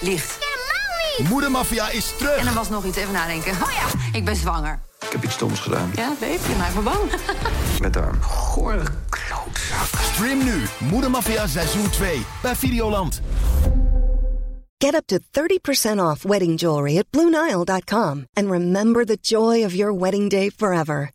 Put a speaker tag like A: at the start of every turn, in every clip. A: ligt.
B: Moedermafia is terug.
A: En er was nog iets, even nadenken. Oh ja, ik ben zwanger.
C: Ik heb iets stoms gedaan.
A: Ja, babe, je maakt me bang.
C: Met haar gore klootzak.
B: Stream nu Moedermafia seizoen 2 bij Videoland.
D: Get up to 30% off wedding jewelry at BlueNile.com and remember the joy of your wedding day forever.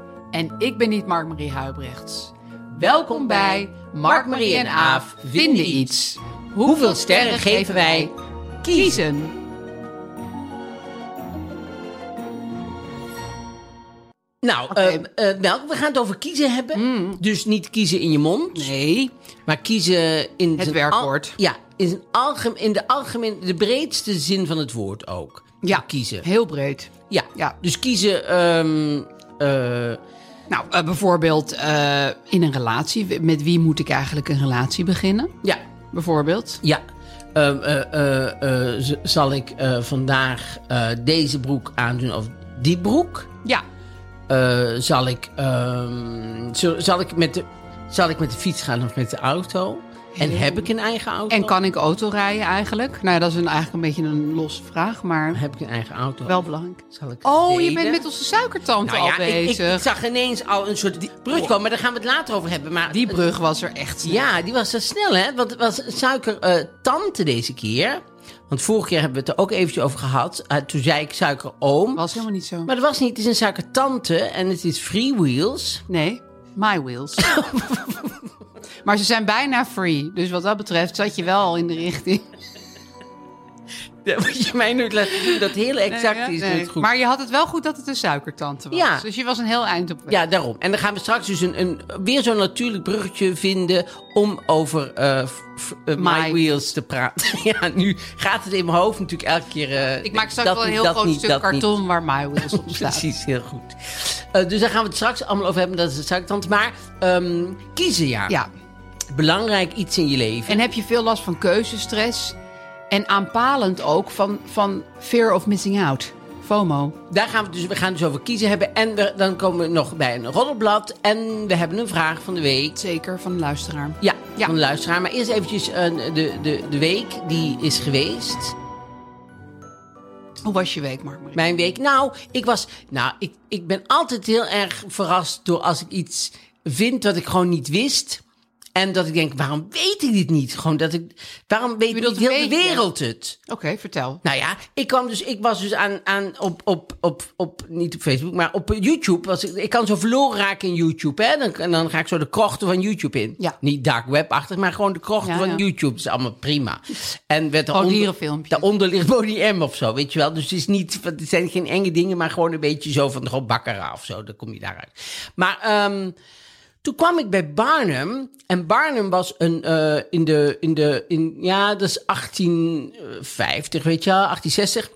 E: En ik ben niet Mark-Marie Huibrechts. Welkom bij Mark-Marie en Aaf vinden iets. Hoeveel sterren geven wij? Kiezen.
F: Nou, eh, eh, Melk, we gaan het over kiezen hebben. Dus niet kiezen in je mond.
E: Nee.
F: Maar kiezen in
E: Het
F: zijn
E: werkwoord.
F: al- ja, in, zijn algem, in de algemeen, de breedste zin van het woord ook.
E: Ja,
F: Kiezen.
E: Heel breed.
F: Ja.
E: Ja.
F: Dus kiezen. ehm, eh,
E: Nou, eh, bijvoorbeeld eh, in een relatie. Met wie moet ik eigenlijk een relatie beginnen?
F: ja.
E: Bijvoorbeeld.
F: Ja. Ehm, eh, eh, eh, z- zal ik eh, vandaag eh, deze broek aandoen of die broek?
E: Ja.
F: Eh, zal, ik, ehm, zo- zal, ik met de, zal ik met de fiets gaan of met de auto? En heb ik een eigen auto?
E: En kan ik auto rijden eigenlijk? Nou, dat is een, eigenlijk een beetje een losse vraag, maar
F: Heb ik een eigen auto?
E: wel belangrijk.
F: Zal ik
E: Oh, je
F: steden?
E: bent met onze suikertante
F: Nou
E: al
F: ja, ik- ik,
E: bezig. Oh.
F: ik zag ineens al een soort brug komen, maar daar gaan we het later over hebben. Maar
E: Die brug was er echt snel.
F: Ja, die was zo snel, hè? Want het was suikertante deze keer. Want vorige keer hebben we het er ook eventjes over gehad. Eh, toen zei ik suikeroom.
E: Was helemaal niet zo.
F: Maar dat was niet. Het is een suikertante en het is freewheels.
E: Nee, my wheels. maar ze zijn bijna free. Dus wat dat betreft zat je wel al in de richting.
F: Wat je mij nu laat doen, dat heel exact
E: Nee,
F: is
E: nee.
F: niet goed.
E: Maar je had het wel goed dat het een suikertante was.
F: Ja.
E: Dus je was een heel eind op weg.
F: Ja, daarom. En dan gaan we straks dus een, een, weer zo'n natuurlijk bruggetje vinden om over eh, f- f- eh, My,
E: My-
F: Wheels te praten. ja, nu gaat het in mijn hoofd natuurlijk elke keer... eh,
E: Ik maak straks
F: dat
E: wel een
F: niet,
E: heel
F: dat
E: groot
F: niet,
E: stuk
F: dat niet.
E: karton waar my wheels op staat.
F: Precies, heel goed. Eh, dus daar gaan we het straks allemaal over hebben. Dat is het suikertante. Maar ehm, kiezen, ja.
E: Ja.
F: Belangrijk iets in je leven.
E: En heb je veel last van keuzestress? En aanpalend ook van, van fear of missing out. FOMO.
F: Daar gaan we, dus, we gaan dus over kiezen hebben. En we, dan komen we nog bij een roddelblad. En we hebben een vraag van de week.
E: Zeker van de luisteraar.
F: Ja,
E: Ja.
F: van de luisteraar. Maar eerst eventjes eh, de, de, de week die is geweest.
E: Hoe was je week, Mark?
F: Mijn week. Nou, ik was. Nou, ik, ik ben altijd heel erg verrast door als ik iets vind wat ik gewoon niet wist. En dat ik denk, waarom weet ik dit niet? Gewoon dat ik. Waarom weet
E: bedoelt
F: niet heel
E: een
F: de
E: beetje?
F: wereld het?
E: Oké, vertel.
F: Nou ja, ik kwam dus, ik was dus aan, aan op, op, op, op, niet op Facebook, maar op YouTube. Was ik, ik kan zo verloren raken in YouTube, hè? Dan, en dan ga ik zo de krochten van YouTube in.
E: Ja.
F: Niet dark web-achtig, maar gewoon de krochten
E: Ja,
F: van
E: ja.
F: YouTube. Dat is allemaal prima. En werd
E: Gewoon
F: daaronder-
E: dierenfilmpjes.
F: Daaronder ligt Bonnie M of zo, weet je wel. Dus het, is niet, het zijn geen enge dingen, maar gewoon een beetje zo van, gewoon bakkera of zo. Dan kom je daaruit. Maar, ehm, toen kwam ik bij Barnum. En Barnum was een, eh, in de, in de, in, ja, dat is 1850, weet je wel, 1860.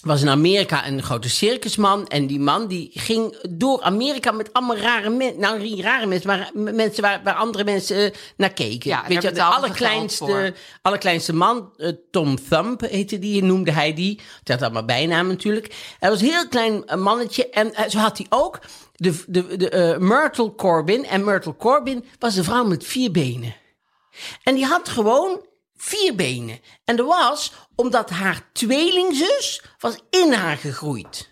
F: Was in Amerika een grote circusman. En die man die ging door Amerika met allemaal rare mensen. Nou, niet rare mensen, maar m- mensen waar, waar andere mensen eh, naar keken.
E: Ja,
F: weet
E: daar
F: je, de
E: betaalden ze geld
F: allerkleinste,
E: voor.
F: allerkleinste man, eh, Tom Thump heette die, noemde hij die. Het had allemaal bijnaam natuurlijk. Hij was een heel klein eh, mannetje. En eh, zo had hij ook de, de, de, eh, Myrtle Corbin. En Myrtle Corbin was een vrouw met vier benen. En die had gewoon vier benen. En dat was omdat haar tweelingzus was in haar gegroeid.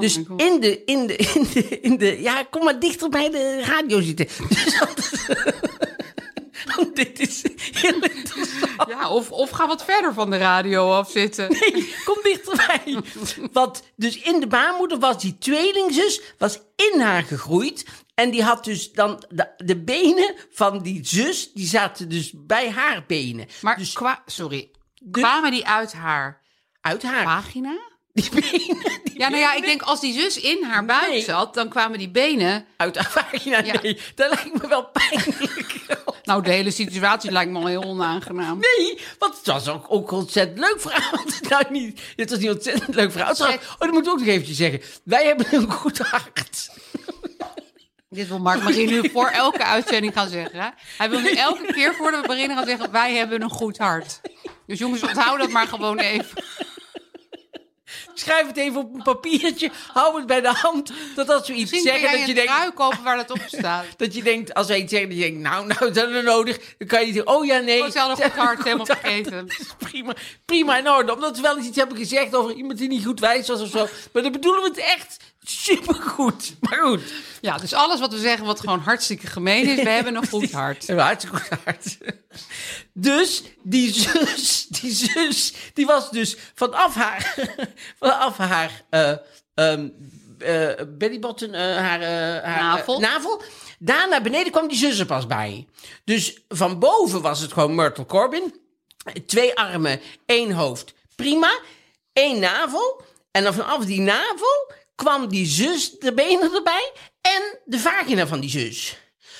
F: dus
E: my Oh God.
F: in de, in, de, in, de, in de... Ja, kom maar dichter bij de radio zitten. Dus dat- dit is heel interessant.
E: Ja, of, of ga wat verder van de radio afzitten.
F: Kom dichterbij. Want dus in de baarmoeder was die tweelingzus was in haar gegroeid. En die had dus dan de, de benen van die zus, die zaten dus bij haar benen.
E: Maar
F: dus
E: qua, sorry, kwamen die uit haar
F: uit haar.
E: pagina?
F: Die benen die
E: Ja, nou ja, ik denk als die zus in haar buik
F: Nee.
E: zat, dan kwamen die benen.
F: uit haar vagina.
E: Ja.
F: Nee, dat lijkt me wel pijnlijk.
E: Nou, de hele situatie lijkt me al heel onaangenaam.
F: Nee, want het was ook, ook een ontzettend leuk verhaal. Nou, niet, het was niet ontzettend leuk verhaal. Trouwens, oh, dat moet ik ook nog eventjes zeggen. Wij hebben een goed hart.
E: Dit wil Mark Marie nu voor elke uitzending gaan zeggen. Hè? Hij wil nu elke keer voordat we beginnen gaan zeggen: Wij hebben een goed hart. Dus jongens, onthoud dat maar gewoon even.
F: Schrijf het even op een papiertje. Hou het bij de hand. Dat als we iets
E: Misschien kun
F: zeggen,
E: jij
F: dat je
E: een
F: denkt...
E: trui kopen waar dat op staat.
F: Dat je denkt, als wij iets zeggen, dat je denkt, nou, nou, dat hebben we nodig. Dan kan je niet zeggen, oh ja, nee.
E: Oh, ze hadden
F: ze
E: een goed
F: hebben
E: hart, helemaal
F: hart.
E: vergeten.
F: Dat is prima, prima in orde. Omdat we wel eens iets hebben gezegd over iemand die niet goed wijs was of zo. Maar dan bedoelen we het echt supergoed. Maar goed,
E: Ja, dus alles wat we zeggen, wat gewoon hartstikke gemeen is, we hebben een goed hart.
F: Een hartstikke goed hart. Dus die zus, die zus, die was dus vanaf haar, vanaf haar eh ehm eh, bellybutton, eh, haar, eh, haar eh,
E: Navel.
F: navel. Daar naar beneden kwam die zus er pas bij. Dus van boven was het gewoon Myrtle Corbin. Twee armen, één hoofd. Prima. Eén navel. En dan vanaf die navel kwam die zus de benen erbij. En de vagina van die zus.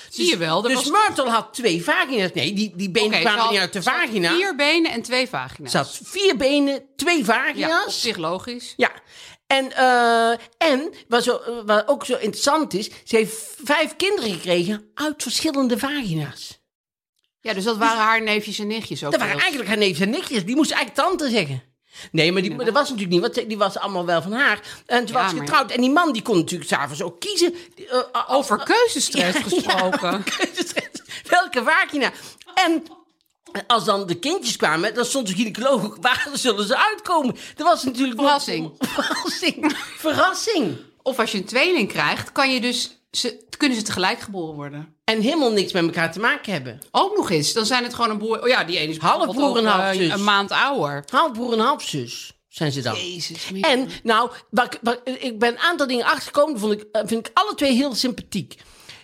E: Zie je wel, er
F: Dus
E: was-
F: Myrtle had twee vagina's. Nee, die, die benen
E: Oké, ze
F: kwamen
E: had-
F: niet uit de
E: ze had
F: vagina.
E: Vier benen en twee vagina's.
F: Ze had vier benen, twee
E: ja, op
F: vagina's.
E: zich logisch.
F: Ja. En, eh, en wat, zo, eh, wat ook zo interessant is, ze heeft vijf kinderen gekregen uit verschillende vagina's.
E: Ja, dus dat waren haar neefjes en nichtjes ook.
F: Dat waren
E: wel.
F: eigenlijk haar neefjes en nichtjes. Die moesten eigenlijk tante zeggen. Nee, maar die, dat was natuurlijk niet, want ze- die was allemaal wel van haar. En ze
E: Ja,
F: was
E: maar-
F: getrouwd. En die man die kon natuurlijk s'avonds ook kiezen. eh, als-
E: Over keuzestress gesproken.
F: Ja, keuzestress. Welke vagina? En als dan de kindjes kwamen, dan stond de gynaecoloog, waar zullen ze uitkomen? Dat was natuurlijk...
E: Verrassing.
F: Verrassing. Verrassing.
E: Of als je een tweeling krijgt, kan je dus, ze, kunnen ze tegelijk geboren worden.
F: En helemaal niks met elkaar te maken hebben.
E: Ook nog eens, dan zijn het gewoon een boer. Oh ja, die ene is
F: Half
E: bijvoorbeeld
F: broer en
E: ook,
F: half
E: eh,
F: zus.
E: Een maand ouder.
F: Halfbroer en halfzus zijn ze dan.
E: Jezus, mina.
F: En nou, wat ik- wat- ik ben een aantal dingen achtergekomen, die vond ik, eh, vind ik alle twee heel sympathiek.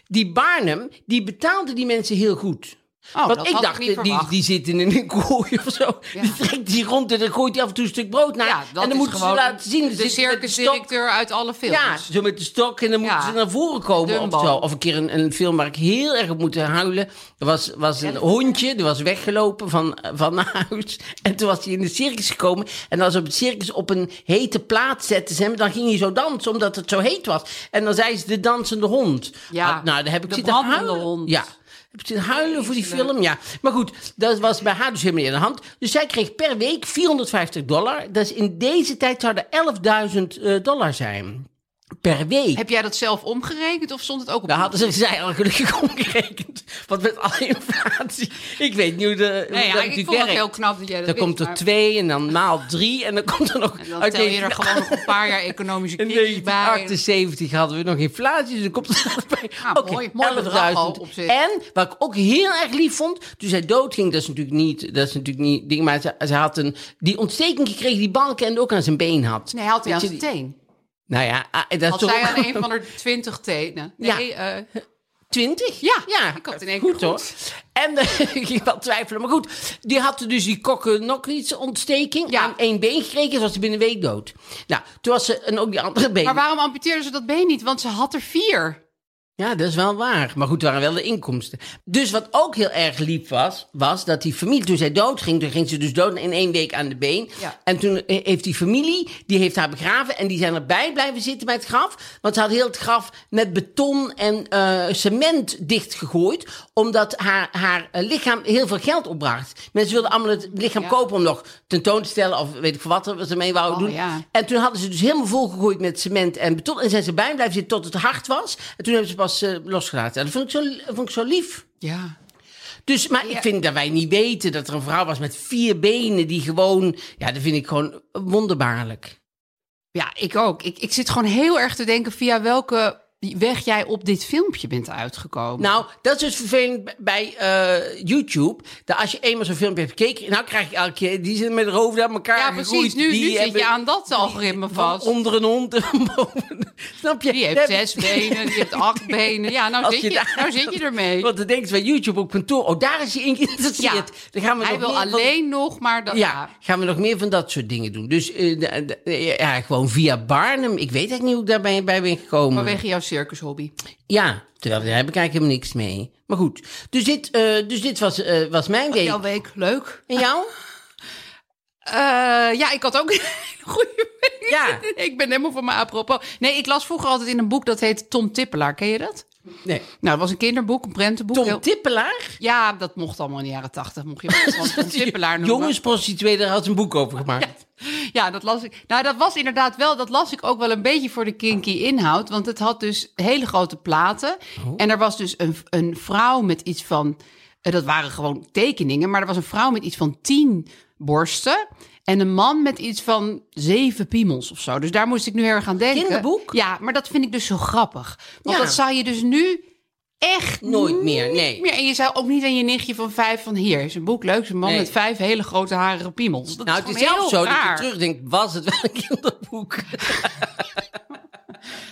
F: Die Barnum, die betaalde die mensen heel goed.
E: Oh,
F: Want
E: dat
F: ik
E: had ik
F: dacht,
E: niet
F: eh, die,
E: verwacht.
F: die zitten in een kooi of zo.
E: Ja.
F: Die trekt die rond en dan gooit hij af en toe een stuk brood naar.
E: Ja, dat
F: nou, en dan
E: is
F: moeten ze
E: gewoon
F: laten zien.
E: De
F: Ze zitten met de stok.
E: circusdirecteur uit alle films.
F: Ja, zo met de stok en dan
E: Ja.
F: moeten ze naar voren komen
E: Dumbo.
F: of zo. Of een keer een, een film waar ik heel erg op moest huilen. Er was, was een hondje, die was weggelopen van, van huis. En toen was hij in de circus gekomen. En als ze op het circus op een hete plaat zetten ze hem, dan ging hij zo dansen omdat het zo heet was. En dan zei ze de dansende hond.
E: Ja,
F: Ah, nou, daar heb ik
E: de
F: zitten
E: brandende
F: huilen.
E: hond.
F: Ja. Heb ik zitten huilen voor die film? Ja. Maar goed, dat was bij haar dus helemaal niet aan de hand. Dus zij kreeg per week 450 dollar. Dat is in deze tijd zou er 11.000 eh, dollar zijn. Per week.
E: Heb jij dat zelf omgerekend of stond het ook op?
F: Daar hadden ze zij al gelukkig omgerekend. Want met alle inflatie. Ik weet niet hoe, de, hoe
E: Nee, ja,
F: dat
E: ik
F: natuurlijk
E: vond het
F: werkt.
E: heel knap dat jij dat
F: Dan
E: wist,
F: komt er
E: maar-
F: twee en dan maal drie. En dan komt er nog.
E: En dan
F: uit
E: tel je er
F: 19
E: gewoon nog een paar jaar economische
F: in
E: crisis bij.
F: 1978 hadden we nog inflatie, dus er komt er bij.
E: Ah, mooi. Mooi bedrag al
F: 11.000.
E: op zich.
F: En wat ik ook heel erg lief vond, toen zij doodging, dat is natuurlijk niet, dat is natuurlijk niet ding, maar ze, ze had een, die ontsteking gekregen die balken en ook aan zijn been had.
E: Nee, hij had hij aan
F: Weet
E: zijn
F: je,
E: teen.
F: Nou ja, ah, dat is
E: Had
F: toch
E: zij
F: ook
E: aan een van haar twintig tenen. Nee, eh, ja.
F: 20?
E: Ja, ik had het in één keer goed.
F: En eh, ik ging wel twijfelen, maar goed. Die had dus die kokken nog iets ontsteking
E: Ja.
F: aan één been gekregen, dus was ze binnen een week dood. Nou, toen was ze, en ook die andere been.
E: maar waarom amputeerden ze dat been niet? Want ze had er vier.
F: Ja, dat is wel waar. Maar goed, het waren wel de inkomsten. Dus wat ook heel erg liep was, was dat die familie, toen zij doodging, toen ging ze dus dood in één week aan de been.
E: Ja.
F: En toen eh, heeft die familie, die heeft haar begraven en die zijn erbij blijven zitten bij het graf. Want ze had heel het graf met beton en eh, cement dichtgegooid, omdat haar, haar eh, lichaam heel veel geld opbracht. Mensen wilden allemaal het lichaam
E: Ja.
F: kopen om nog tentoon te stellen of weet ik veel wat er- ze mee wouden
E: Oh,
F: doen.
E: ja.
F: En toen hadden ze dus helemaal volgegooid met cement en beton. En zijn ze bij hem blijven zitten tot het hard was. En toen hebben ze pas eh, losgelaten. En dat vond ik zo, vond ik zo lief.
E: Ja.
F: Dus, maar ik vind dat wij niet weten dat er een vrouw was met vier benen die gewoon... Ja, dat vind ik gewoon wonderbaarlijk.
E: Ja, ik ook. Ik, ik zit gewoon heel erg te denken via welke die weg jij op dit filmpje bent uitgekomen.
F: Nou, dat is dus vervelend b- bij eh, YouTube. Dat als je eenmaal zo'n filmpje hebt gekeken, nou krijg je elke keer, die zitten met roofd aan elkaar.
E: ja, precies.
F: gegroeid.
E: Nu,
F: Die
E: nu zit
F: hebben-
E: je aan dat algoritme
F: van
E: vast.
F: Onder een hond en boven. Snap je?
E: Die heeft
F: Dat-
E: zes benen, die heeft acht benen. Ja, nou,
F: Als
E: zit je,
F: daar-
E: nou zit je ermee.
F: Want dan denkt bij YouTube op kantoor, oh daar is hij in geïnteresseerd. Dan gaan we
E: Hij
F: nog
E: wil
F: meer van-
E: alleen nog maar dat.
F: Ja, gaan we nog meer van dat soort dingen doen. Dus eh, de- de- eh, ja, gewoon via Barnum. Ik weet eigenlijk niet hoe ik daarbij bij ben gekomen.
E: Vanwege jouw circushobby.
F: Ja, terwijl daar heb ik eigenlijk helemaal niks mee. Maar goed, dus dit, eh, dus dit was, eh, was mijn week.
E: Oh, Jouw Ah. week, leuk.
F: En jou?
E: Eh, ja, ik had ook een hele goede week.
F: Ja.
E: ik ben helemaal van mijn apropos. Nee, ik las vroeger altijd in een boek dat heet Tom Tippelaar. Ken je dat?
F: Nee.
E: Nou, dat was een kinderboek, een prentenboek.
F: Tom
E: Heel-
F: Tippelaar?
E: Ja, dat mocht allemaal in de jaren tachtig. Mocht je wel gewoon Tom Tippelaar noemen.
F: Jongensprostituee, daar had ze een boek over gemaakt.
E: Ja, dat las ik. Nou, dat was inderdaad wel. Dat las ik ook wel een beetje voor de kinky inhoud. Want het had dus hele grote platen.
F: Oh.
E: En er was dus een, een vrouw met iets van. eh, Dat waren gewoon tekeningen. Maar er was een vrouw met iets van tien borsten. En een man met iets van zeven piemels of zo. Dus daar moest ik nu heel erg aan denken.
F: Kinderboek?
E: Ja, maar dat vind ik dus zo grappig. Want
F: Ja.
E: dat zou je dus nu echt
F: Nooit meer, nee.
E: niet meer. En je zou ook niet aan je nichtje van vijf van... hier is een boek, leuk, is een man
F: Nee.
E: met vijf hele grote harige piemels. Dat
F: Nou, het is
E: gewoon
F: zelfs
E: heel
F: zo dat je
E: raar.
F: terugdenkt, was het wel een kinderboek?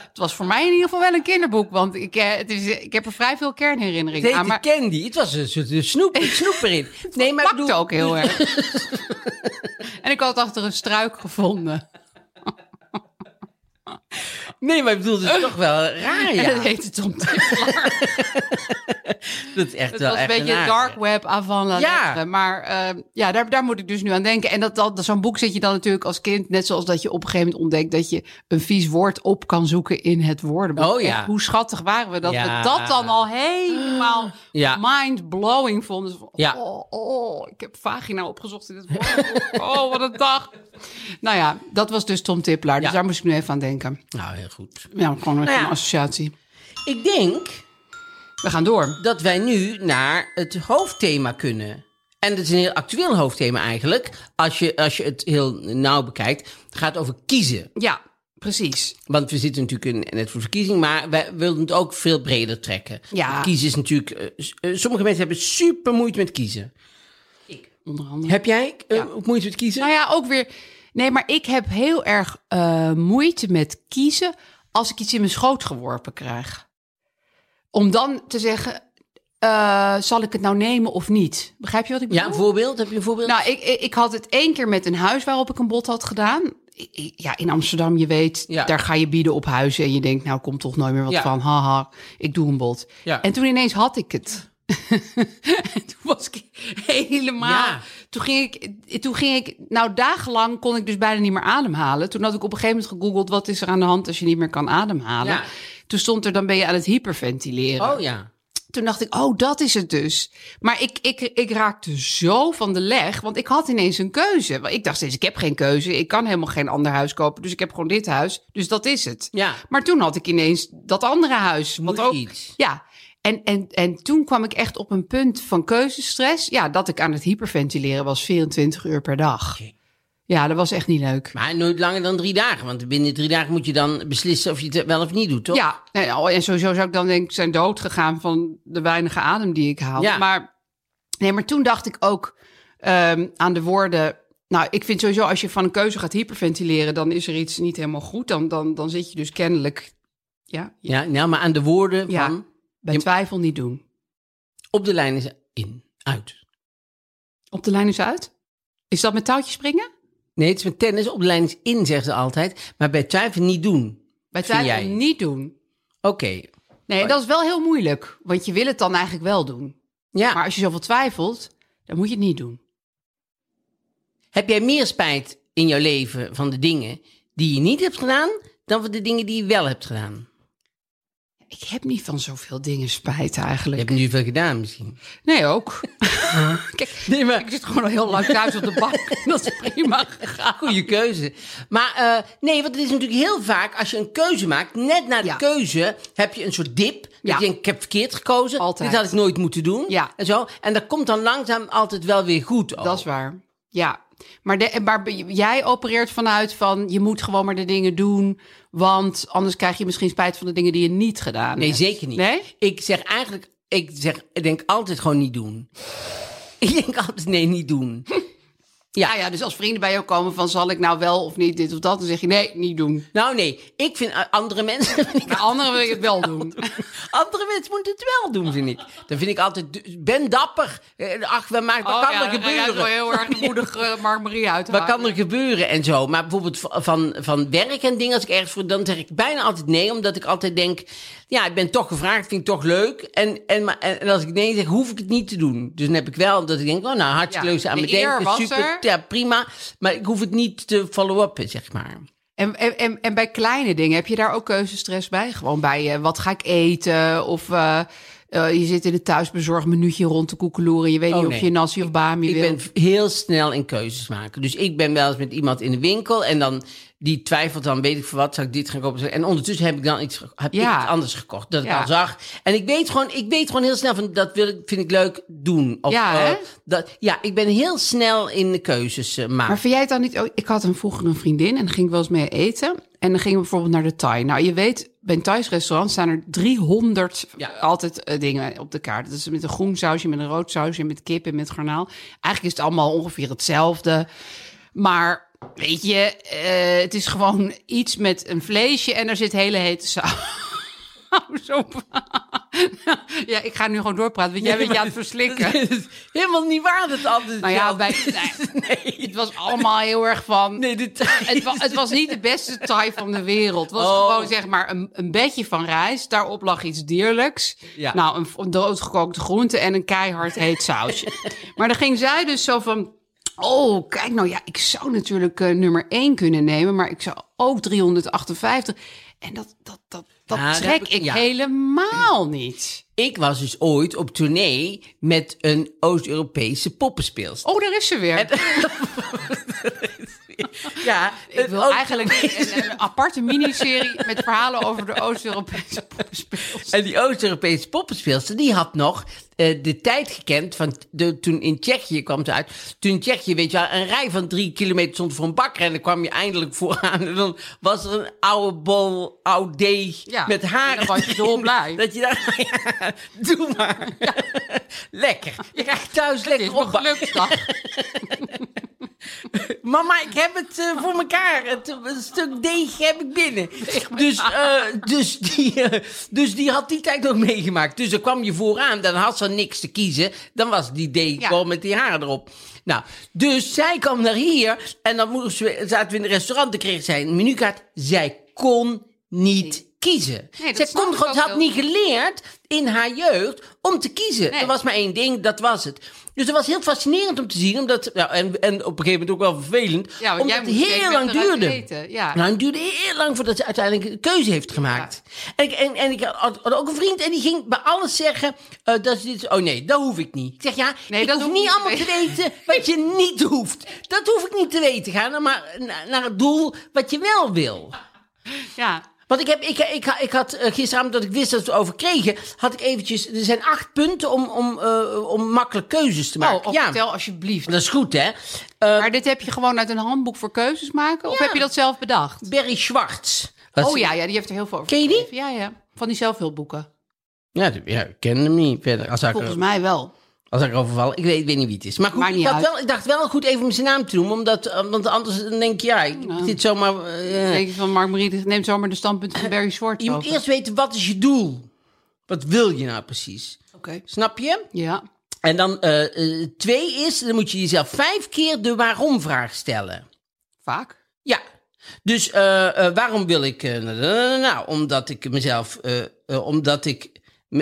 E: Het was voor mij in ieder geval wel een kinderboek, want ik, eh, het is, ik heb er vrij veel
F: Het
E: kernherinneringen
F: heette
E: aan. ah, Maar
F: Candy. Het was een soort een snoep, een snoep erin. Nee, maar ik
E: het
F: bedoel...
E: pakte ook heel erg. en ik had het achter een struik gevonden.
F: Nee, maar ik bedoel, het is toch wel raar,
E: En dat
F: Ah, ja.
E: heette Tom Tippelaar.
F: Dat is echt
E: Het
F: wel
E: was een
F: echt
E: beetje
F: raar.
E: dark web avant la
F: Ja.
E: lettre. Maar eh, ja, daar, daar moet ik dus nu aan denken. En dat, dat, zo'n boek zit je dan natuurlijk als kind... net zoals dat je op een gegeven moment ontdekt... dat je een vies woord op kan zoeken in het woordenboek.
F: Oh ja.
E: Echt, hoe schattig waren we dat
F: Ja.
E: we dat dan al helemaal
F: Ja.
E: mind-blowing vonden. Zo van,
F: Ja.
E: oh, oh, ik heb vagina opgezocht in het woordenboek. oh, wat een dag. Nou ja, dat was dus Tom Tippelaar. Dus
F: Ja.
E: daar moest ik nu even aan denken.
F: Nou, heel goed.
E: Ja, gewoon even
F: Nou ja.
E: een associatie.
F: Ik denk
E: We gaan door.
F: dat wij nu naar het hoofdthema kunnen. En dat is een heel actueel hoofdthema eigenlijk. Als je, als je het heel nauw bekijkt. Het gaat over kiezen.
E: Ja, precies.
F: Want we zitten natuurlijk in, net voor de verkiezing, maar wij wilden het ook veel breder trekken.
E: Ja.
F: Kiezen is natuurlijk. eh, s- eh, sommige mensen hebben super moeite met kiezen.
E: Onder andere.
F: Heb jij eh, moeite met kiezen?
E: Nou ja, ook weer. Nee, maar ik heb heel erg eh, moeite met kiezen als ik iets in mijn schoot geworpen krijg. Om dan te zeggen, eh, zal ik het nou nemen of niet? Begrijp je wat ik bedoel?
F: Ja, een voorbeeld? Heb je een voorbeeld?
E: Nou, ik, ik, ik had het één keer met een huis waarop ik een bod had gedaan. I- i- Ja, in Amsterdam, je weet,
F: Ja.
E: daar ga je bieden op huizen. En je denkt, nou, komt toch nooit meer wat
F: Ja.
E: van. Haha, ik doe een bod.
F: Ja.
E: En toen ineens had ik het. en toen was ik helemaal...
F: Ja.
E: Toen, ging ik, toen ging ik... Nou, dagenlang kon ik dus bijna niet meer ademhalen. Toen had ik op een gegeven moment gegoogeld... wat is er aan de hand als je niet meer kan ademhalen.
F: Ja.
E: Toen stond er, dan ben je aan het hyperventileren
F: oh ja.
E: toen dacht ik, oh, dat is het dus. Maar ik, ik, ik raakte zo van de leg, want ik had ineens een keuze. Want ik dacht steeds, ik heb geen keuze. Ik kan helemaal geen ander huis kopen, dus ik heb gewoon dit huis. Dus dat is het.
F: Ja.
E: Maar toen had ik ineens dat andere huis. Wat
F: Moet
E: ook,
F: iets.
E: Ja. En, en, en toen kwam ik echt op een punt van keuzestress. Ja, dat ik aan het hyperventileren was 24 uur per dag. Ja, dat was echt niet leuk.
F: Maar nooit langer dan drie dagen. Want binnen drie dagen moet je dan beslissen of je het wel of niet doet, toch?
E: Ja, en, al- en sowieso zou ik dan denk ik zijn dood gegaan van de weinige adem die ik haal.
F: Ja.
E: Maar, nee, maar toen dacht ik ook ehm, aan de woorden... Nou, ik vind sowieso als je van een keuze gaat hyperventileren... dan is er iets niet helemaal goed. Dan, dan, dan zit je dus kennelijk ja,
F: Ja, nou, maar aan de woorden
E: Ja.
F: van
E: bij twijfel niet doen.
F: op de lijn is in, uit.
E: Op de lijn is uit. Is dat met touwtjes springen?
F: Nee, het is met tennis. Op de lijn is in, zeggen ze altijd. Maar bij twijfel niet doen.
E: Bij
F: Vind
E: twijfel
F: jij?
E: niet doen.
F: Oké.
E: Nee, dat is wel heel moeilijk. Want je wil het dan eigenlijk wel doen.
F: Ja.
E: Maar als je zoveel twijfelt, dan moet je het niet doen.
F: Heb jij meer spijt in jouw leven van de dingen die je niet hebt gedaan dan van de dingen die je wel hebt gedaan?
E: Ik heb niet van zoveel dingen spijt
F: Je
E: eigenlijk.
F: hebt nu veel gedaan misschien.
E: Nee, ook. Kijk,
F: Nee, maar-
E: ik zit gewoon al heel lang thuis op de bank. Dat is prima gegaan.
F: Goede keuze. Maar eh, nee, want het is natuurlijk heel vaak als je een keuze maakt, net na de
E: Ja.
F: keuze heb je een soort dip. Dat
E: Ja.
F: je denkt, ik heb verkeerd gekozen.
E: Altijd.
F: Dit had ik nooit moeten doen.
E: Ja.
F: En zo. En dat komt dan langzaam altijd wel weer goed. ook.
E: Dat is waar. Ja. Maar, de, maar b- jij opereert vanuit van je moet gewoon maar de dingen doen. Want anders krijg je misschien spijt van de dingen die je niet gedaan
F: Nee,
E: hebt.
F: zeker niet.
E: Nee?
F: Ik zeg eigenlijk, ik zeg, ik denk altijd gewoon niet doen. Ik denk altijd, nee, niet doen.
E: Ja. ja, dus als vrienden bij jou komen van zal ik nou wel of niet dit of dat, dan zeg je nee, niet doen.
F: Nou nee, ik vind eh, andere mensen... vind ik
E: Maar anderen wil je het wel doen.
F: Andere mensen moeten het wel doen, vind ik. Dan vind ik altijd, du- ben dapper. Eh, Ach, wat, maakt, wat kan
E: Oh ja,
F: er
E: dan ga jij
F: gebeuren?
E: zo heel erg moedig eh, Mark Marie uit.
F: Wat kan er gebeuren en zo. Maar bijvoorbeeld v- van, van werk en dingen, als ik ergens voor... dan zeg ik bijna altijd nee, omdat ik altijd denk... ja, ik ben toch gevraagd, vind ik toch leuk. En, en, maar- en, en als ik nee zeg, hoef ik het niet te doen. Dus dan heb ik wel dat ik denk, oh, nou, hartstikke
E: Ja,
F: leuk ze aan
E: de
F: me
E: eer
F: denken.
E: was
F: super,
E: er.
F: Ja, prima. Maar ik hoef het niet te follow-uppen, zeg maar.
E: En, en, en, en bij kleine dingen, heb je daar ook keuzestress bij? Gewoon bij eh, wat ga ik eten? Of eh, eh, je zit in het thuisbezorgd minuutje rond te koekeloeren. Je weet
F: Oh,
E: niet
F: nee.
E: of je nasi of bami
F: Ik
E: wil.
F: ben heel snel in keuzes maken. Dus ik ben wel eens met iemand in de winkel en dan die twijfelt dan, weet ik voor wat, zou ik dit gaan kopen? En ondertussen heb ik dan iets, ge- heb ik
E: Ja.
F: iets anders gekocht, dat ik
E: Ja.
F: al zag. En ik weet gewoon, ik weet gewoon heel snel van, dat wil ik, vind ik leuk doen. Of,
E: Ja,
F: eh,
E: hè?
F: dat, ja, ik ben heel snel in de keuzes eh, maken.
E: Maar vind jij het dan niet... ook- ik had een, vroeger een vriendin en daar ging ik wel eens mee eten. En dan gingen we bijvoorbeeld naar de Thai. Nou, je weet, bij een Thais restaurant staan er 300
F: Ja.
E: altijd eh, dingen op de kaart. Dat is met een groen sausje, met een rood sausje, met kip en met garnaal. Eigenlijk is het allemaal ongeveer hetzelfde. Maar weet je, eh, het is gewoon iets met een vleesje en er zit hele hete saus. op. ja, ik ga nu gewoon doorpraten, want jij bent je aan het verslikken.
F: Het is Helemaal niet waar dat het altijd
E: Nou ja, bij,
F: hetzelfde is.
E: nee, het was allemaal heel erg van...
F: Nee, de Thai
E: Het, wa- het was niet de beste Thai van de wereld. Het was
F: Oh.
E: gewoon zeg maar een, een bedje van rijst. Daarop lag iets dierlijks.
F: Ja.
E: Nou, een, een doodgekookte groente en een keihard heet sausje. maar dan ging zij dus zo van... Oh, kijk nou ja, ik zou natuurlijk eh, nummer 1 kunnen nemen. Maar ik zou ook 358. En dat, dat, dat, dat
F: Ja, dat
E: trek
F: heb ik-
E: ik
F: ja.
E: helemaal niet.
F: Ik was dus ooit op tournee met een Oost-Europese poppenspeelster.
E: Oh, daar is ze weer.
F: Ja,
E: ik wil eigenlijk een, een aparte miniserie met verhalen over de Oost-Europese poppenspels.
F: En die Oost-Europese poppenspeelster, die had nog eh, de tijd gekend van de, toen in Tsjechië kwam ze uit. Toen in Tsjechië, weet je wel, een rij van drie kilometer stond voor een bakker. En dan kwam je eindelijk vooraan. En dan was er een oude bol, oud deeg
E: Ja,
F: met haar.
E: en dan was je
F: erin.
E: dolblij.
F: Dat je dacht, ja, doe maar. lekker. Je krijgt thuis
E: Het is
F: lekker
E: mijn
F: opbakken.
E: geluksdag.
F: Mama, ik heb het eh, voor mekaar. Het, een stuk deeg heb ik binnen. Dus, eh, dus, die, eh, dus die had die tijd nog meegemaakt. Dus dan kwam je vooraan, dan had ze niks te kiezen. Dan was die deeg
E: Ja.
F: gewoon met die haren erop. Nou, dus zij kwam naar hier en dan moesten we, zaten we in een restaurant. Dan kreeg zij een menukaart. Zij kon niet kiezen.
E: Nee, dat
F: zij
E: snap
F: kon
E: ik
F: gewoon,
E: ook
F: ze had
E: wel.
F: niet geleerd in haar jeugd om te kiezen.
E: Nee.
F: Er was maar één ding, dat was het. Dus dat was heel fascinerend om te zien. Omdat, nou, en, en op een gegeven moment ook wel vervelend.
E: Ja, want
F: omdat
E: jij
F: het
E: moest steeds
F: heel
E: met
F: lang
E: eruit
F: duurde.
E: eten, ja.
F: Nou, het duurde heel lang voordat ze uiteindelijk een keuze heeft gemaakt. En, ik- en, en ik had, had ook een vriend en die ging bij alles zeggen... eh, dat ze dit, oh nee, dat hoef ik niet. Ik zeg ja,
E: Nee,
F: ik
E: dat
F: hoef
E: hoef
F: niet
E: ik
F: allemaal
E: niet.
F: te weten wat je niet hoeft. Dat hoef ik niet te weten. Ga nou maar na- naar het doel wat je wel wil.
E: Ja.
F: Want ik, heb, ik, ik, ik had eh, gisteravond, dat ik wist dat we het over kregen, had ik eventjes... Er zijn acht punten om, om, eh, om makkelijk keuzes te maken.
E: Oh, of
F: ja.
E: vertel alsjeblieft.
F: Dat is goed, hè?
E: Maar dit heb je gewoon uit een handboek voor keuzes maken? Of
F: Ja.
E: heb je dat zelf bedacht?
F: Barry Schwartz.
E: Oh ja, ja, die heeft er heel veel over.
F: Ken je die?
E: geschreven. Ja, ja. Van die zelfhulpboeken.
F: Ja, d- ja, ik ken hem niet verder. Als ik,
E: Volgens
F: er-
E: mij wel.
F: als ik erover val, ik weet, ik weet niet wie het is. Maar goed,
E: Maakt
F: ik,
E: niet
F: had
E: uit.
F: wel, ik dacht wel goed even om zijn naam te noemen. Omdat, eh, want anders dan denk je, ja, ik zit zomaar... eh,
E: Denk je van Mark Marie, neem zomaar de standpunt van Barry Schwartz
F: je moet
E: over.
F: eerst weten, wat is je doel? Wat wil je nou precies?
E: Oké.
F: Snap je?
E: Ja.
F: En dan eh, eh, twee is, dan moet je jezelf vijf keer de waarom-vraag stellen.
E: Vaak.
F: Ja. Dus eh, eh, waarom wil ik... eh, na- na- na- nou, omdat ik mezelf... eh, eh, omdat ik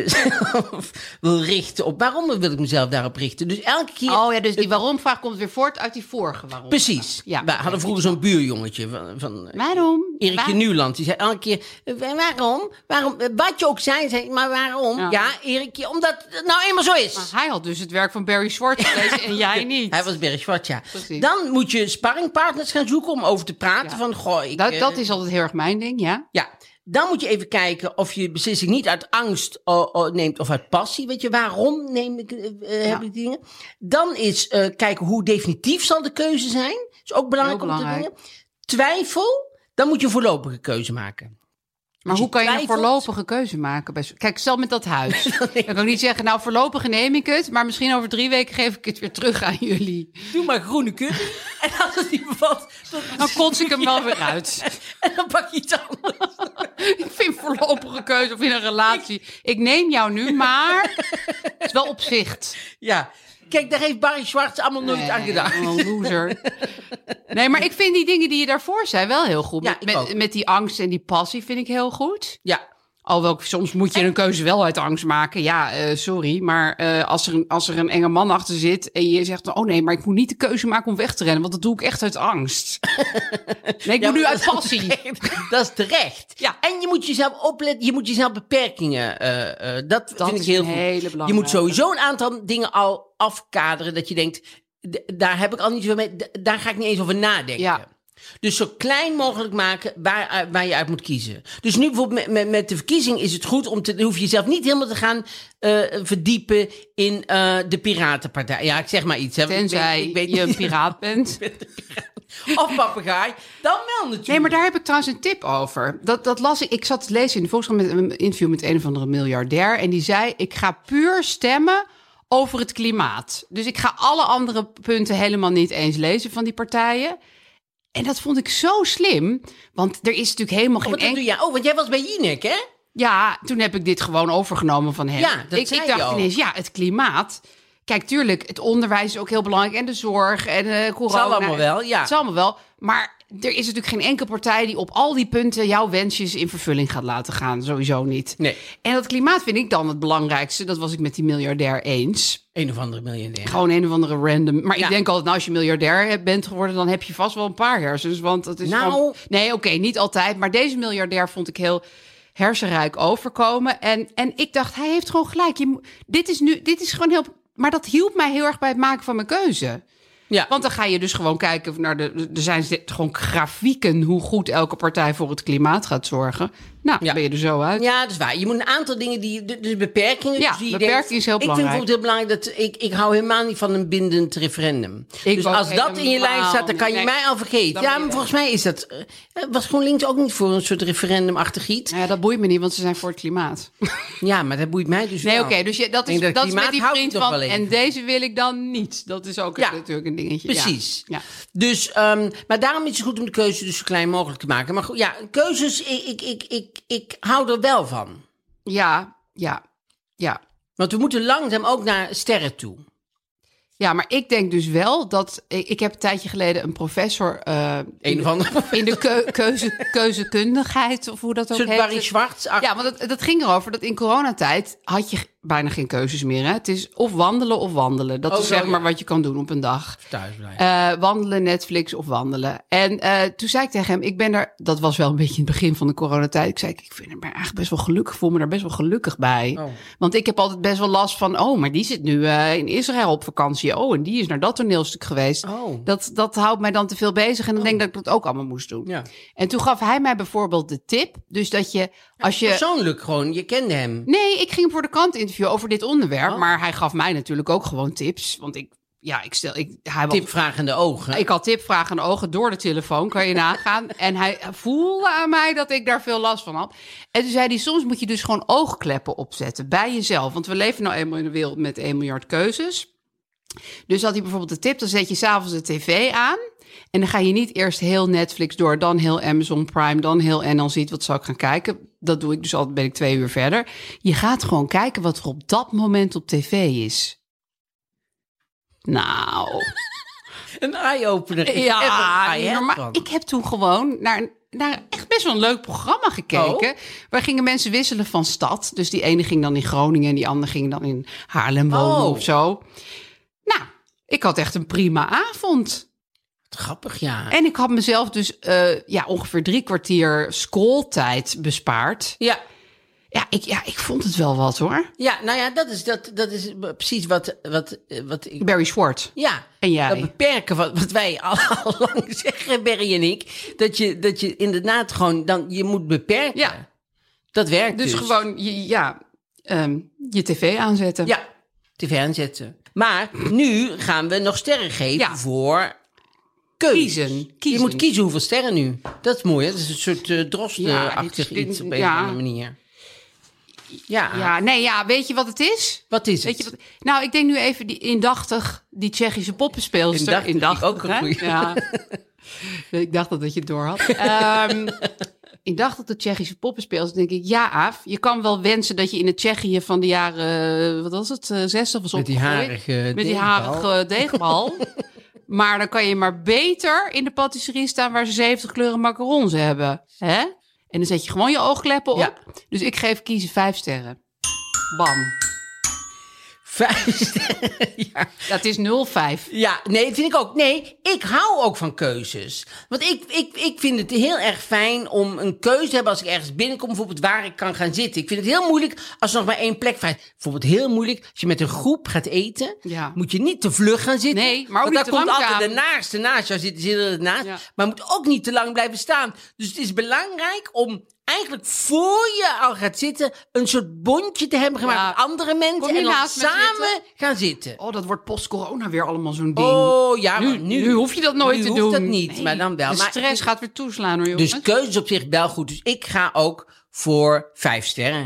F: mezelf wil richten op... Waarom wil ik mezelf daarop richten? Dus elke keer...
E: Oh ja, dus die waarom-vraag komt weer voort uit die vorige waarom.
F: Precies.
E: Ja.
F: We hadden vroeger zo'n buurjongetje van... van eh,
E: Waarom?
F: Erikje
E: Waar-
F: Nieuwland, die zei elke keer, eh, wa- waarom? waarom? Eh, Wat je ook zei, zei ik, maar waarom? Ja,
E: Ja.
F: Erikje, omdat het nou eenmaal zo is.
E: Hij had dus het werk van Barry Schwartz gelezen en jij niet.
F: Hij was Berg Zwart, ja.
E: Precies.
F: Dan moet je sparringpartners gaan zoeken om over te praten.
E: Ja.
F: Van, goh, ik,
E: dat,
F: eh,
E: dat is altijd heel erg mijn ding, ja.
F: Ja, Dan moet je even kijken of je beslissing niet uit angst o- o- neemt of uit passie. Weet je, waarom neem ik, eh, eh, heb ik die dingen? Dan is eh, kijken hoe definitief zal de keuze zijn. is ook belangrijk,
E: Heel
F: om te
E: belangrijk.
F: doen. Twijfel, dan moet je een voorlopige keuze maken.
E: Maar hoe kan je een
F: Dus twijfelt-
E: voorlopige keuze maken? Bij... zo- Kijk, stel met dat huis. Dan kan ik niet zeggen, nou voorlopig neem ik het, maar misschien over drie weken geef ik het weer terug aan jullie.
F: Doe maar groene curry. en als het niet bevalt, dan,
E: Dan kots ik hem wel weer uit.
F: en dan pak je iets anders.
E: Ik vind voorlopige keuze of in een relatie. Ik neem jou nu, maar het is wel op zicht.
F: Ja, kijk, daar heeft Barry Schwartz allemaal nooit aan gedacht.
E: Nee, Een loser. Nee, maar ik vind die dingen die je daarvoor zei wel heel goed.
F: Ja,
E: Met-
F: ik ook.
E: met, met die angst en die passie vind ik heel goed.
F: Ja,
E: Alhoewel, ik- soms moet je een keuze wel uit angst maken. Ja, eh, sorry. Maar eh, als, er een, als er een enge man achter zit en je zegt... oh nee, maar ik moet niet de keuze maken om weg te rennen... want dat doe ik echt uit angst. Nee, ik
F: Ja,
E: doe nu
F: maar
E: uit
F: dat is
E: passie.
F: terecht. dat is terecht.
E: Ja.
F: En je moet jezelf opletten, je moet jezelf beperkingen. eh, eh, dat, vind ik
E: is
F: heel
E: een
F: goed.
E: hele
F: je moet
E: belangrijke.
F: sowieso een aantal dingen al afkaderen. Dat je denkt, d- daar heb ik al niet zoveel mee, d- daar ga ik niet eens over nadenken.
E: Ja.
F: Dus zo klein mogelijk maken waar, eh, waar je uit moet kiezen. Dus nu bijvoorbeeld met, met, met de verkiezing is het goed om te. dan hoef je jezelf niet helemaal te gaan eh, verdiepen in eh, de Piratenpartij. Ja, ik zeg maar iets. Hè. want ik
E: Tenzij
F: weet- ik weet
E: je een
F: niet-
E: piraat bent.
F: Of papegaai. Dan wel natuurlijk.
E: Nee, maar daar heb ik trouwens een tip over. Dat, dat las ik. Ik zat te lezen in de Volkskrant met een interview met een of andere miljardair. En die zei: Ik ga puur stemmen over het klimaat. Dus ik ga alle andere punten helemaal niet eens lezen van die partijen. En dat vond ik zo slim. Want er is natuurlijk helemaal geen
F: Wat
E: enkel.
F: doe jij? Oh, want jij was bij Jinek, hè?
E: Ja, toen heb ik dit gewoon overgenomen van hem.
F: Ja, dat
E: ik,
F: zei
E: ik
F: je
E: dacht
F: al.
E: ineens, ja, het klimaat. Kijk, tuurlijk, het onderwijs is ook heel belangrijk. En de zorg en eh corona.
F: Zal allemaal wel, ja.
E: Het zal allemaal wel. Maar er is natuurlijk geen enkele partij die op al die punten jouw wensjes in vervulling gaat laten gaan. Sowieso niet.
F: Nee.
E: En dat klimaat vind ik dan het belangrijkste. Dat was ik met die miljardair eens.
F: Een of andere miljardair.
E: Gewoon een of andere random. Maar
F: Ja.
E: ik denk altijd, nou, als je miljardair bent geworden, dan heb je vast wel een paar hersens. Want dat is
F: Nou.
E: gewoon- Nee, oké, niet altijd. Maar deze miljardair vond ik heel hersenrijk overkomen. En, en ik dacht, hij heeft gewoon gelijk. Je, moet- dit is nu, dit is gewoon heel... Maar dat hielp mij heel erg bij het maken van mijn keuze.
F: Ja.
E: Want dan ga je dus gewoon kijken naar de. Er zijn gewoon grafieken hoe goed elke partij voor het klimaat gaat zorgen. Nou,
F: Ja.
E: ben je er zo uit.
F: Ja, dat is waar. Je moet een aantal dingen die. de- Dus beperkingen.
E: Ja,
F: dus die je
E: beperking
F: denkt-
E: is heel
F: Ik vind
E: belangrijk.
F: bijvoorbeeld heel belangrijk dat. Ik, ik hou helemaal niet van een bindend referendum.
E: Ik
F: dus
E: ook
F: als dat in je
E: helemaal
F: lijst staat, dan kan je
E: niet.
F: mij al vergeten.
E: Dan
F: Ja,
E: ben je
F: maar
E: weg.
F: volgens mij is dat. eh, Was GroenLinks ook niet voor een soort referendumachtig iets?
E: Nou ja, dat boeit me niet, want ze zijn voor het klimaat.
F: Ja, maar dat boeit mij dus
E: Nee,
F: wel.
E: oké, dus je, dat
F: Ik
E: is,
F: denk dat
E: dat is
F: klimaat
E: met die
F: houdt
E: vriend
F: nog
E: van.
F: wel even.
E: En deze wil ik dan niet. Dat is ook
F: Ja,
E: natuurlijk een dingetje. Ja.
F: Precies.
E: Ja.
F: Dus, ehm, maar daarom is het goed om de keuze dus zo klein mogelijk te maken. Maar goed, ja, keuzes, ik, ik, ik, ik, ik hou er wel van.
E: ja, ja, ja.
F: Want we moeten langzaam ook naar sterren toe.
E: Ja, maar ik denk dus wel dat. Ik ik heb een tijdje geleden een professor. eh,
F: Een of andere.
E: in de keu- keuze, keuzekundigheid, of hoe dat ook
F: Een soort
E: heet. eh,
F: Barry Schwartz.
E: Ja, want het, dat ging erover dat in coronatijd had je bijna geen keuzes meer. Hè? Het is of wandelen of wandelen. Dat
F: Oh,
E: is
F: zo,
E: zeg maar
F: ja.
E: wat je kan doen op een dag.
F: Thuis blijven.
E: Eh, wandelen, Netflix of wandelen. En eh, toen zei ik tegen hem, ik ben daar... Dat was wel een beetje in het begin van de coronatijd. Ik zei, ik vind het eigenlijk best wel gelukkig. voel me daar best wel gelukkig bij.
F: Oh.
E: Want ik heb altijd best wel last van... Oh, maar die zit nu eh, in Israël op vakantie. Oh, en die is naar dat toneelstuk geweest.
F: Oh.
E: Dat, dat houdt mij dan te veel bezig. En dan denk ik dat ik dat ook allemaal moest doen.
F: Ja.
E: En toen gaf hij mij bijvoorbeeld de tip. Dus dat je, als je...
F: Persoonlijk gewoon, je kende hem.
E: Nee, ik ging hem voor de krant interviewen over dit
F: Oh.
E: onderwerp. Maar hij gaf mij natuurlijk ook gewoon tips. Want ik, ja, ik stel, ik, hij was,
F: Tipvragende ogen.
E: ik had tipvragen aan de ogen door de telefoon, kan je nagaan. en hij voelde aan mij dat ik daar veel last van had. En toen zei hij, soms moet je dus gewoon oogkleppen opzetten bij jezelf. Want we leven nou eenmaal in een wereld met 1 miljard keuzes. Dus had hij bijvoorbeeld de tip, dan zet je s'avonds de tv aan. En dan ga je niet eerst heel Netflix door, dan heel Amazon Prime, dan heel en dan ziet wat zal ik gaan kijken. Dat doe ik dus altijd, ben ik twee uur verder. Je gaat gewoon kijken wat er op dat moment op tv is. Nou,
F: Een eye-opener. is echt een
E: ja,
F: eye
E: niet normaal.
F: van.
E: ik heb toen gewoon naar, naar echt best wel een leuk programma gekeken.
F: Oh.
E: Waar gingen mensen wisselen van stad. Dus die ene ging dan in Groningen en die andere ging dan in Haarlem wonen
F: Oh.
E: of zo. Nou, ik had echt een prima avond.
F: Grappig, ja.
E: En ik had mezelf dus eh, ja, ongeveer drie kwartier schooltijd bespaard.
F: Ja,
E: Ja ik, ja, ik vond het wel wat hoor.
F: ja, nou ja, dat is, dat, dat is precies wat, wat, eh, wat ik...
E: Barry Schwartz.
F: Ja,
E: En jij?
F: dat beperken wat, wat wij al, al lang zeggen, Berry en ik. Dat je, dat je inderdaad gewoon, dan, je moet beperken.
E: Ja.
F: Dat werkt dus.
E: Dus gewoon, je, ja, ehm, je tv aanzetten.
F: Ja, tv aanzetten. Maar nu gaan we nog sterren geven
E: Ja.
F: voor keus.
E: Kiezen, kiezen.
F: Je moet kiezen hoeveel sterren nu. Dat is mooi, hè? Dat is een soort eh
E: Ja, dit
F: drostenachtig
E: is- dit-
F: iets op een
E: ja.
F: of andere manier. Ja.
E: Ja, nee, ja, weet je wat het is?
F: Wat is
E: Weet
F: het?
E: je wat, nou, ik denk nu even die indachtig, die Tsjechische poppenspeelster.
F: Indachtig, die ook een
E: hè?
F: goeie.
E: Ja. ik dacht dat dat je het door had. Ehm, indachtig, de Tsjechische poppenspeelster. denk ik, ja, Aaf, je kan wel wensen dat je in het Tsjechië van de jaren, eh, wat was het, eh, 60 was
F: Met die
E: opgegroeid.
F: harige
E: Met die
F: deegbal.
E: harige deegbal. maar dan kan je maar beter in de patisserie staan waar ze 70 kleuren macarons hebben. Hè? En dan zet je gewoon je oogkleppen op.
F: Ja.
E: Dus ik geef kiezen vijf sterren. Bam.
F: Vijf sterren, ja.
E: Dat is 0,5.
F: Ja, nee, vind ik ook. Nee, ik hou ook van keuzes. Want ik, ik, ik vind het heel erg fijn om een keuze te hebben als ik ergens binnenkom, bijvoorbeeld waar ik kan gaan zitten. Ik vind het heel moeilijk als er nog maar één plek vrij is. Bijvoorbeeld heel moeilijk als je met een groep gaat eten,
E: Ja.
F: moet je niet te vlug gaan zitten.
E: Nee, maar ook
F: want
E: niet
F: daar komt
E: te lang
F: altijd de
E: staan.
F: naaste naast jou zitten, zitten er naast.
E: Ja.
F: Maar moet ook niet te lang blijven staan. Dus het is belangrijk om eigenlijk voor je al gaat zitten een soort bondje te hebben gemaakt
E: Ja.
F: met andere mensen
E: je
F: en dan
E: naast me
F: samen
E: zitten?
F: gaan zitten.
E: Oh, dat wordt post-corona weer allemaal zo'n ding.
F: Oh ja,
E: nu,
F: maar nu,
E: nu hoef je dat nooit
F: nu
E: te
F: hoeft
E: doen.
F: dat niet, maar dan wel.
E: De
F: Maar-
E: stress gaat weer toeslaan hoor, jongens.
F: Dus keuzes op zich wel goed. Dus ik ga ook voor vijf sterren.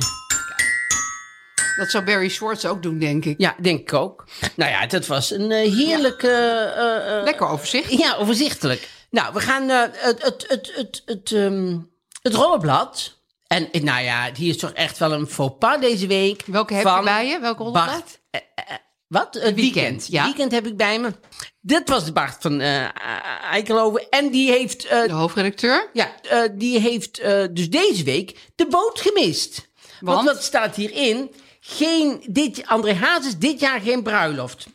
E: dat zou Barry Schwartz ook doen, denk ik.
F: Ja, denk ik ook. Nou ja, dat was een eh, heerlijke... eh, eh,
E: Lekker overzicht.
F: ja, overzichtelijk. Nou, we gaan eh, het, het, het, het, het, ehm, het rollenblad. En eh, nou ja, hier is toch echt wel een faux pas deze week.
E: Welke heb
F: van
E: je bij je? Welke rollenblad?
F: Bart- eh, eh, wat? Het weekend.
E: Weekend, ja.
F: Weekend heb ik bij me. Dit was de Bart van eh Eikeloven. En die heeft eh,
E: De hoofdredacteur.
F: Ja, eh, die heeft eh, dus deze week de boot gemist. Want,
E: Want?
F: wat staat hierin? Geen, dit, André Hazes, dit jaar geen bruiloft.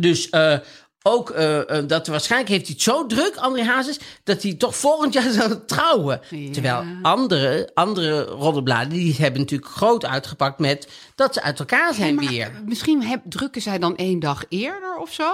F: Dus eh, ook eh, eh, dat waarschijnlijk heeft hij het zo druk, André Hazes, dat hij toch volgend jaar zal trouwen. Terwijl andere, andere roddelbladen, die hebben natuurlijk groot uitgepakt met dat ze uit elkaar zijn
E: Maar
F: weer.
E: Misschien heb- drukken zij dan één dag eerder of zo?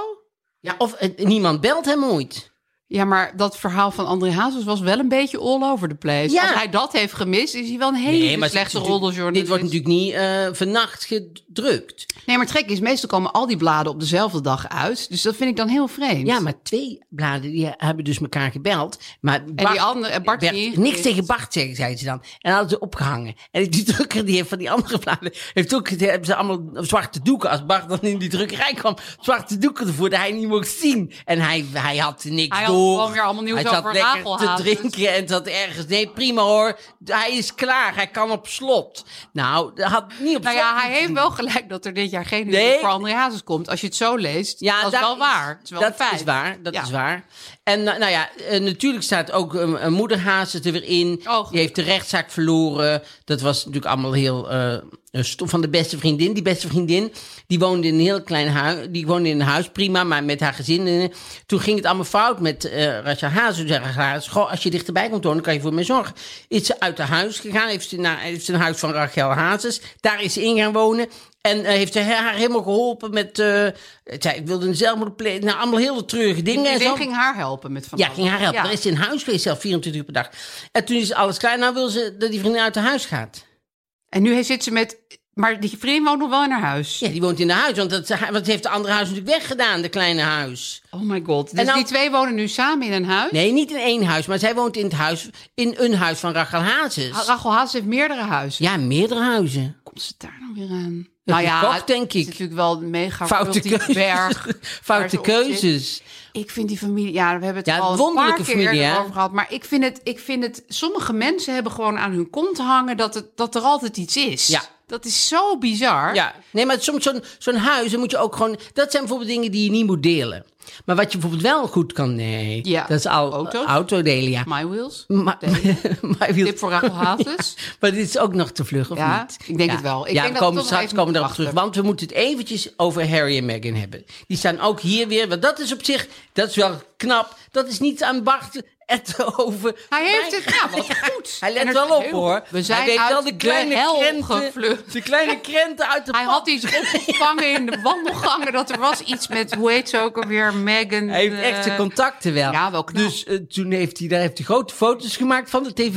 F: Ja, of eh, niemand belt hem ooit.
E: Ja, maar dat verhaal van André Hazes was wel een beetje all over the place.
F: Ja.
E: Als hij dat heeft gemist, is hij wel een hele
F: het is
E: slechte
F: natuurlijk-
E: roddeljournalist.
F: Dit wordt natuurlijk niet eh, vannacht gedrukt.
E: Nee, maar trek is, meestal komen al die bladen op dezelfde dag uit. Dus dat vind ik dan heel vreemd.
F: Ja, maar twee bladen die hebben dus elkaar gebeld. Maar Bart,
E: die andere- eh, en Bart
F: werd
E: niet ingericht.
F: niks tegen Bart, zeggen, zeiden ze dan. En hadden ze opgehangen. En die drukker die heeft van die andere bladen... Heeft ook, die hebben ze allemaal zwarte doeken. Als Bart dan in die drukkerij kwam, zwarte doeken ervoor dat hij niet mocht zien. En hij, hij had niks
E: Hij had
F: door.
E: gewoon weer allemaal nieuws
F: Hij zat
E: over
F: lekker te
E: Hagelhazes.
F: drinken en zat ergens... Nee, prima hoor. Hij is klaar. Hij kan op slot. Nou, hij had niet op
E: Nou
F: slot
E: ja, hij
F: moeten
E: heeft
F: doen.
E: wel gelijk dat er dit jaar geen
F: Nee.
E: huwelijk voor André Hazes komt. Als je het zo leest, ja, dat is wel waar. Het is wel
F: dat
E: een feit.
F: is waar, dat
E: Ja.
F: is waar. En nou nou ja, eh, natuurlijk staat ook eh, een, een moeder Hazes er weer in.
E: gelukkig.
F: die heeft de rechtszaak verloren. Dat was natuurlijk allemaal heel eh stof van de beste vriendin. Die beste vriendin, die woonde in een heel klein huis. Die woonde in een huis, prima, maar met haar gezin. En, eh, toen ging het allemaal fout met eh Rasha Hazes. Toen zei Rasha Hazes, "Goh, als je dichterbij komt wonen, kan je voor mij zorgen. Is ze uit haar huis gegaan, heeft ze, naar, heeft ze een huis van Rachel Hazes. Daar is ze in gaan wonen. En eh, heeft hij haar helemaal geholpen met... eh zij wilde een zelfmoord plegen. Nou, allemaal heel treurige dingen.
E: Die
F: en zo.
E: vriendin ging haar helpen met van
F: Ja,
E: alles.
F: ging haar helpen.
E: Ja.
F: Er is ze in huis geweest zelf, 24 uur per dag. En toen is alles klaar. Nou wil ze dat die vriendin uit haar huis gaat.
E: En nu zit ze met... Maar die vriendin woont nog wel in haar huis.
F: Ja, die woont in haar huis. Want dat, want dat heeft de andere huis natuurlijk weggedaan, de kleine huis.
E: Oh my god. Dus
F: En nou-
E: die twee wonen nu samen in een huis?
F: Nee, niet in één huis. Maar zij woont in het huis, in een huis van Ah, Rachel
E: Ha-
F: Hazes.
E: Rachel Haas heeft meerdere huizen.
F: Ja, meerdere huizen.
E: Komt ze daar nou weer aan? Nou ja,
F: gekocht,
E: het
F: denk
E: is
F: ik.
E: natuurlijk wel een mega
F: Foute
E: cultieve
F: keuzes.
E: berg. waar ze
F: Foute
E: op zit.
F: keuzes.
E: Ik vind die familie, ja, we hebben het
F: Ja,
E: al een paar
F: wonderlijke
E: keer
F: familie,
E: eerder
F: hè?
E: over gehad. Maar ik vind, het, ik vind het, sommige mensen hebben gewoon aan hun kont hangen dat, het, dat er altijd iets is.
F: Ja.
E: Dat is zo bizar.
F: Ja, nee, maar soms zo'n zo'n huis, dan moet je ook gewoon... Dat zijn bijvoorbeeld dingen die je niet moet delen. Maar wat je bijvoorbeeld wel goed kan... Nee,
E: Ja,
F: dat is al
E: auto's.
F: autodelen, ja.
E: My Wheels.
F: Maar, maar wil-
E: Tip voor Rachel Hazes.
F: Ja, maar dit is ook nog te vlug, of
E: Ja,
F: niet?
E: ik denk het wel. Ik
F: ja,
E: denk
F: we
E: dat we
F: komen
E: toch
F: straks
E: even
F: komen we
E: moeten
F: erop terug.
E: wachten.
F: Want we moeten het eventjes over Harry en Meghan hebben. Die staan ook hier weer. Want dat is op zich, dat is wel knap. Dat is niet aan Bart het over.
E: Hij heeft
F: mij.
E: het, ja, wat goed.
F: Hij
E: En
F: let
E: er-
F: wel op,
E: heel-
F: hoor.
E: We zijn
F: hij weet
E: uit
F: wel de
E: de
F: kleine
E: hel
F: krenten,
E: gevlucht.
F: de kleine krenten uit de
E: Hij
F: pan.
E: had iets opgevangen in de wandelgangen. Dat er was iets met, hoe heet ze ook alweer, Megan.
F: Hij heeft
E: eh,
F: echte contacten wel.
E: ja, wel knap.
F: Dus eh, toen heeft hij, daar heeft hij grote foto's gemaakt van de tv.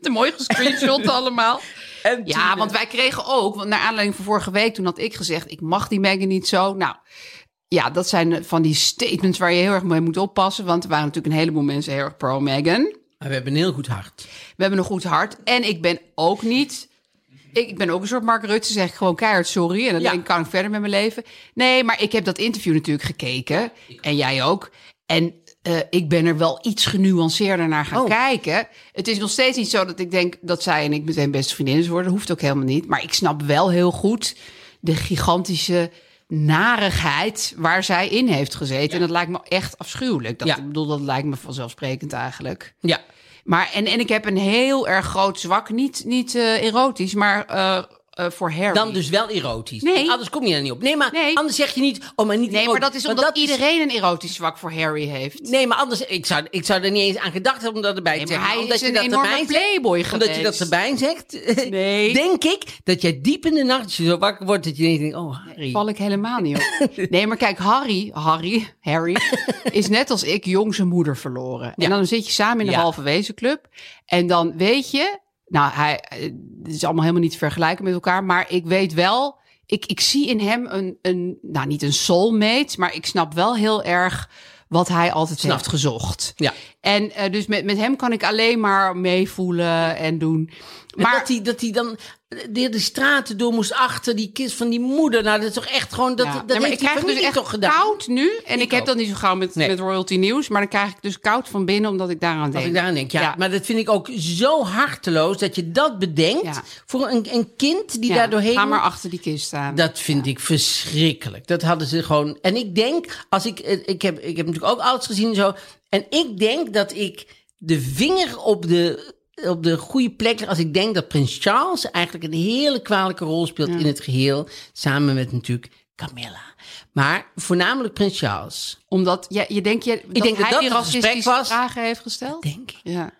E: te mooi gescreenshot allemaal.
F: En
E: ja,
F: toen-
E: want wij kregen ook, want naar aanleiding van vorige week, toen had ik gezegd, ik mag die Megan niet zo. Nou, ja, dat zijn van die statements waar je heel erg mee moet oppassen. Want er waren natuurlijk een heleboel mensen heel erg pro-Megan.
F: Maar we hebben een heel goed hart.
E: We hebben een goed hart. En ik ben ook niet. Ik, ik ben ook een soort Mark Rutte, zeg ik gewoon keihard sorry. En dan
F: Ja.
E: denk ik, kan ik verder met mijn leven. Nee, maar ik heb dat interview natuurlijk gekeken. En jij ook. En eh, ik ben er wel iets genuanceerder naar gaan
F: Oh.
E: kijken. Het is nog steeds niet zo dat ik denk dat zij en ik meteen beste vriendinnen worden. Hoeft ook helemaal niet. Maar ik snap wel heel goed de gigantische narigheid waar zij in heeft gezeten. En dat lijkt me echt afschuwelijk. Dat,
F: Ja.
E: Ik bedoel, dat lijkt me vanzelfsprekend eigenlijk.
F: Ja.
E: Maar, en, en ik heb een heel erg groot zwak, niet, niet eh, erotisch, maar eh, eh, voor Harry.
F: Dan dus wel erotisch.
E: Nee.
F: Anders kom je er niet op. Nee, maar
E: Nee.
F: anders zeg je niet... Oh, maar niet
E: nee, maar
F: erotisch.
E: dat is
F: Want
E: omdat
F: is-
E: iedereen een erotisch zwak voor Harry heeft.
F: Nee, maar anders... Ik zou, ik zou er niet eens aan gedacht hebben om dat erbij
E: Nee,
F: te
E: maar
F: zeggen.
E: hij
F: omdat
E: is
F: je
E: een
F: dat
E: enorme
F: erbij zegt-
E: playboy
F: Omdat je dat
E: geweest.
F: erbij zegt...
E: Nee.
F: Denk ik dat jij diep in de nacht, als je zo wakker wordt, dat je ineens denkt... Oh, Harry.
E: Val ik helemaal niet op. Nee, maar kijk, Harry, Harry, Harry is net als ik jong zijn moeder verloren.
F: Ja.
E: En dan zit je samen in de
F: Ja.
E: halve wezenclub. En dan weet je, nou, hij eh, het is allemaal helemaal niet te vergelijken met elkaar. Maar ik weet wel, ik, ik zie in hem een, een, nou niet een soulmate, maar ik snap wel heel erg wat hij altijd heeft gezocht.
F: Ja.
E: En eh, dus met, met hem kan ik alleen maar meevoelen en doen.
F: Maar dat hij, dat hij dan eh, de, de straten door moest achter die kist van die moeder. Nou, dat is toch echt gewoon... Dat,
E: Ja.
F: dat
E: Nee, maar
F: heeft die familie toch gedaan?
E: dus koud nu. En ik,
F: ook.
E: heb dat niet zo gauw met,
F: Nee.
E: met royalty nieuws. Maar dan krijg ik dus koud van binnen omdat ik daaraan
F: Dat
E: denk.
F: ik daaraan denk, ja.
E: Ja.
F: Maar dat vind ik ook zo harteloos dat je dat bedenkt
E: Ja.
F: voor een, een kind die
E: Ja,
F: daar doorheen
E: Ga maar
F: moet.
E: achter die kist staan.
F: Dat vind ik verschrikkelijk. Dat hadden ze gewoon. En ik denk, als ik, eh, ik heb, ik heb natuurlijk ook ouds gezien en zo. En ik denk dat ik de vinger op de, op de goede plek leg als ik denk dat Prins Charles eigenlijk een hele kwalijke rol speelt in het geheel. Samen met natuurlijk Camilla. Maar voornamelijk Prins Charles,
E: Omdat ja, je denkt je, dat
F: denk dat
E: hij
F: dat
E: die
F: het gesprek
E: racistische
F: was.
E: vragen heeft gesteld.
F: denk ik.
E: Ja.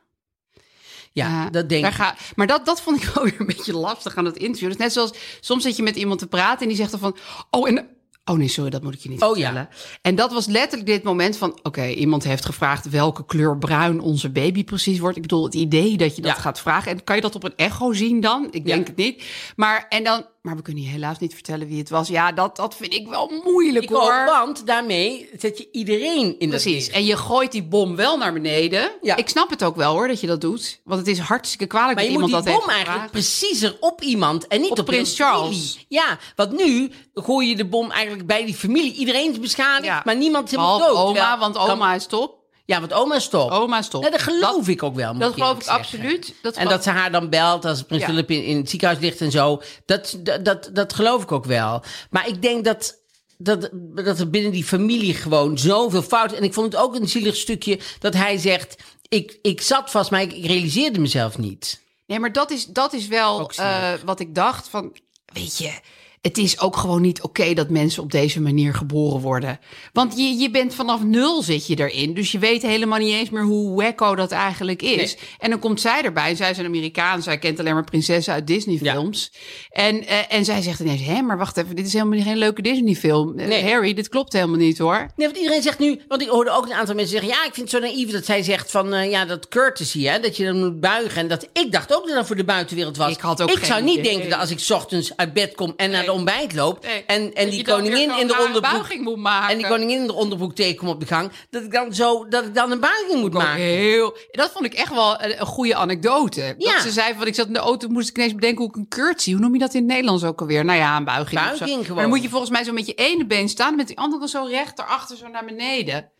F: Ja,
E: Ja,
F: dat denk
E: daar
F: ik.
E: ga- maar dat, dat vond ik wel weer een beetje lastig aan dat interview. Dus net zoals soms zit je met iemand te praten en die zegt dan van... Oh, en, oh nee, sorry, dat moet ik je niet
F: Oh, ja.
E: vertellen. En dat was letterlijk dit moment van... Oké, iemand heeft gevraagd welke kleur bruin onze baby precies wordt. Ik bedoel, het idee dat je dat
F: Ja.
E: gaat vragen. En kan je dat op een echo zien dan? Ik
F: Ja.
E: denk het niet. Maar, en dan, maar we kunnen je helaas niet vertellen wie het was. Ja, dat, dat vind ik wel moeilijk
F: Ik
E: hoor.
F: ook, want daarmee zet je iedereen in dat
E: Precies.
F: licht.
E: En je gooit die bom wel naar beneden.
F: Ja.
E: Ik snap het ook wel hoor, dat je dat doet. Want het is hartstikke kwalijk
F: Maar
E: dat
F: je moet
E: iemand
F: die
E: dat heeft
F: bom eigenlijk
E: gevraagd.
F: preciezer op iemand en niet op,
E: Op prins
F: heel de
E: Charles.
F: familie. Ja, want nu gooi je de bom eigenlijk bij die familie. Iedereen is beschadigd,
E: Ja.
F: maar niemand is helemaal
E: Behalve
F: dood.
E: oma,
F: Terwijl-
E: want
F: kan-
E: oma is top.
F: Ja, want oma is top.
E: Oma is top.
F: Ja, dat geloof
E: Dat-
F: ik ook wel. moet
E: dat
F: ik
E: geloof
F: eerlijk
E: ik
F: zeggen.
E: absoluut. Dat
F: en
E: geloof-
F: dat ze haar dan belt als prins
E: Ja.
F: Philip in, in het ziekenhuis ligt en zo. Dat, dat, dat, dat geloof ik ook wel. Maar ik denk dat... Dat, dat er binnen die familie gewoon zoveel fout. En ik vond het ook een zielig stukje dat hij zegt: Ik, ik zat vast, maar ik, ik realiseerde mezelf niet.
E: Nee, maar dat is, dat is wel
F: Ook zielig.
E: eh, wat ik dacht. Van, weet je, het is ook gewoon niet oké dat mensen op deze manier geboren worden. Want je, je bent vanaf nul zit je erin. Dus je weet helemaal niet eens meer hoe wacko dat eigenlijk is. En dan komt zij erbij. Zij is een Amerikaan. Zij kent alleen maar prinsessen uit Disney-films. En, eh, en zij zegt ineens, hè, maar wacht even. Dit is helemaal geen leuke Disney-film. Eh,
F: Nee.
E: Harry, dit klopt helemaal niet hoor.
F: Nee, want iedereen zegt nu, want ik hoorde ook een aantal mensen zeggen: Ja, ik vind het zo naïef dat zij zegt van eh, ja, dat courtesy, hè, dat je dan moet buigen. En dat ik dacht ook dat dat voor de buitenwereld was.
E: Ik had ook
F: ik
E: geen
F: zou niet
E: idee.
F: denken dat als ik 's ochtends uit bed kom en naar de ontbijt loop
E: Nee.
F: en, en
E: Dat
F: die
E: je dan weer
F: koningin
E: zo'n
F: in de
E: rare
F: onderbroek.
E: buiging moet maken.
F: En die koningin in de onderbroek tegenkom op de gang, dat ik dan zo dat ik dan een buiging moet
E: Ook
F: maken.
E: Oh, Heel, dat vond ik echt wel een, een goede anekdote.
F: Ja.
E: Dat ze zei van, ik zat in de auto, moest ik ineens bedenken hoe ik een curtsy, hoe noem je dat in het Nederlands ook alweer? Nou ja, een buiging. of zo.
F: Buiging gewoon.
E: Maar dan moet je volgens mij zo met je ene been staan, met die andere zo recht erachter, zo naar beneden.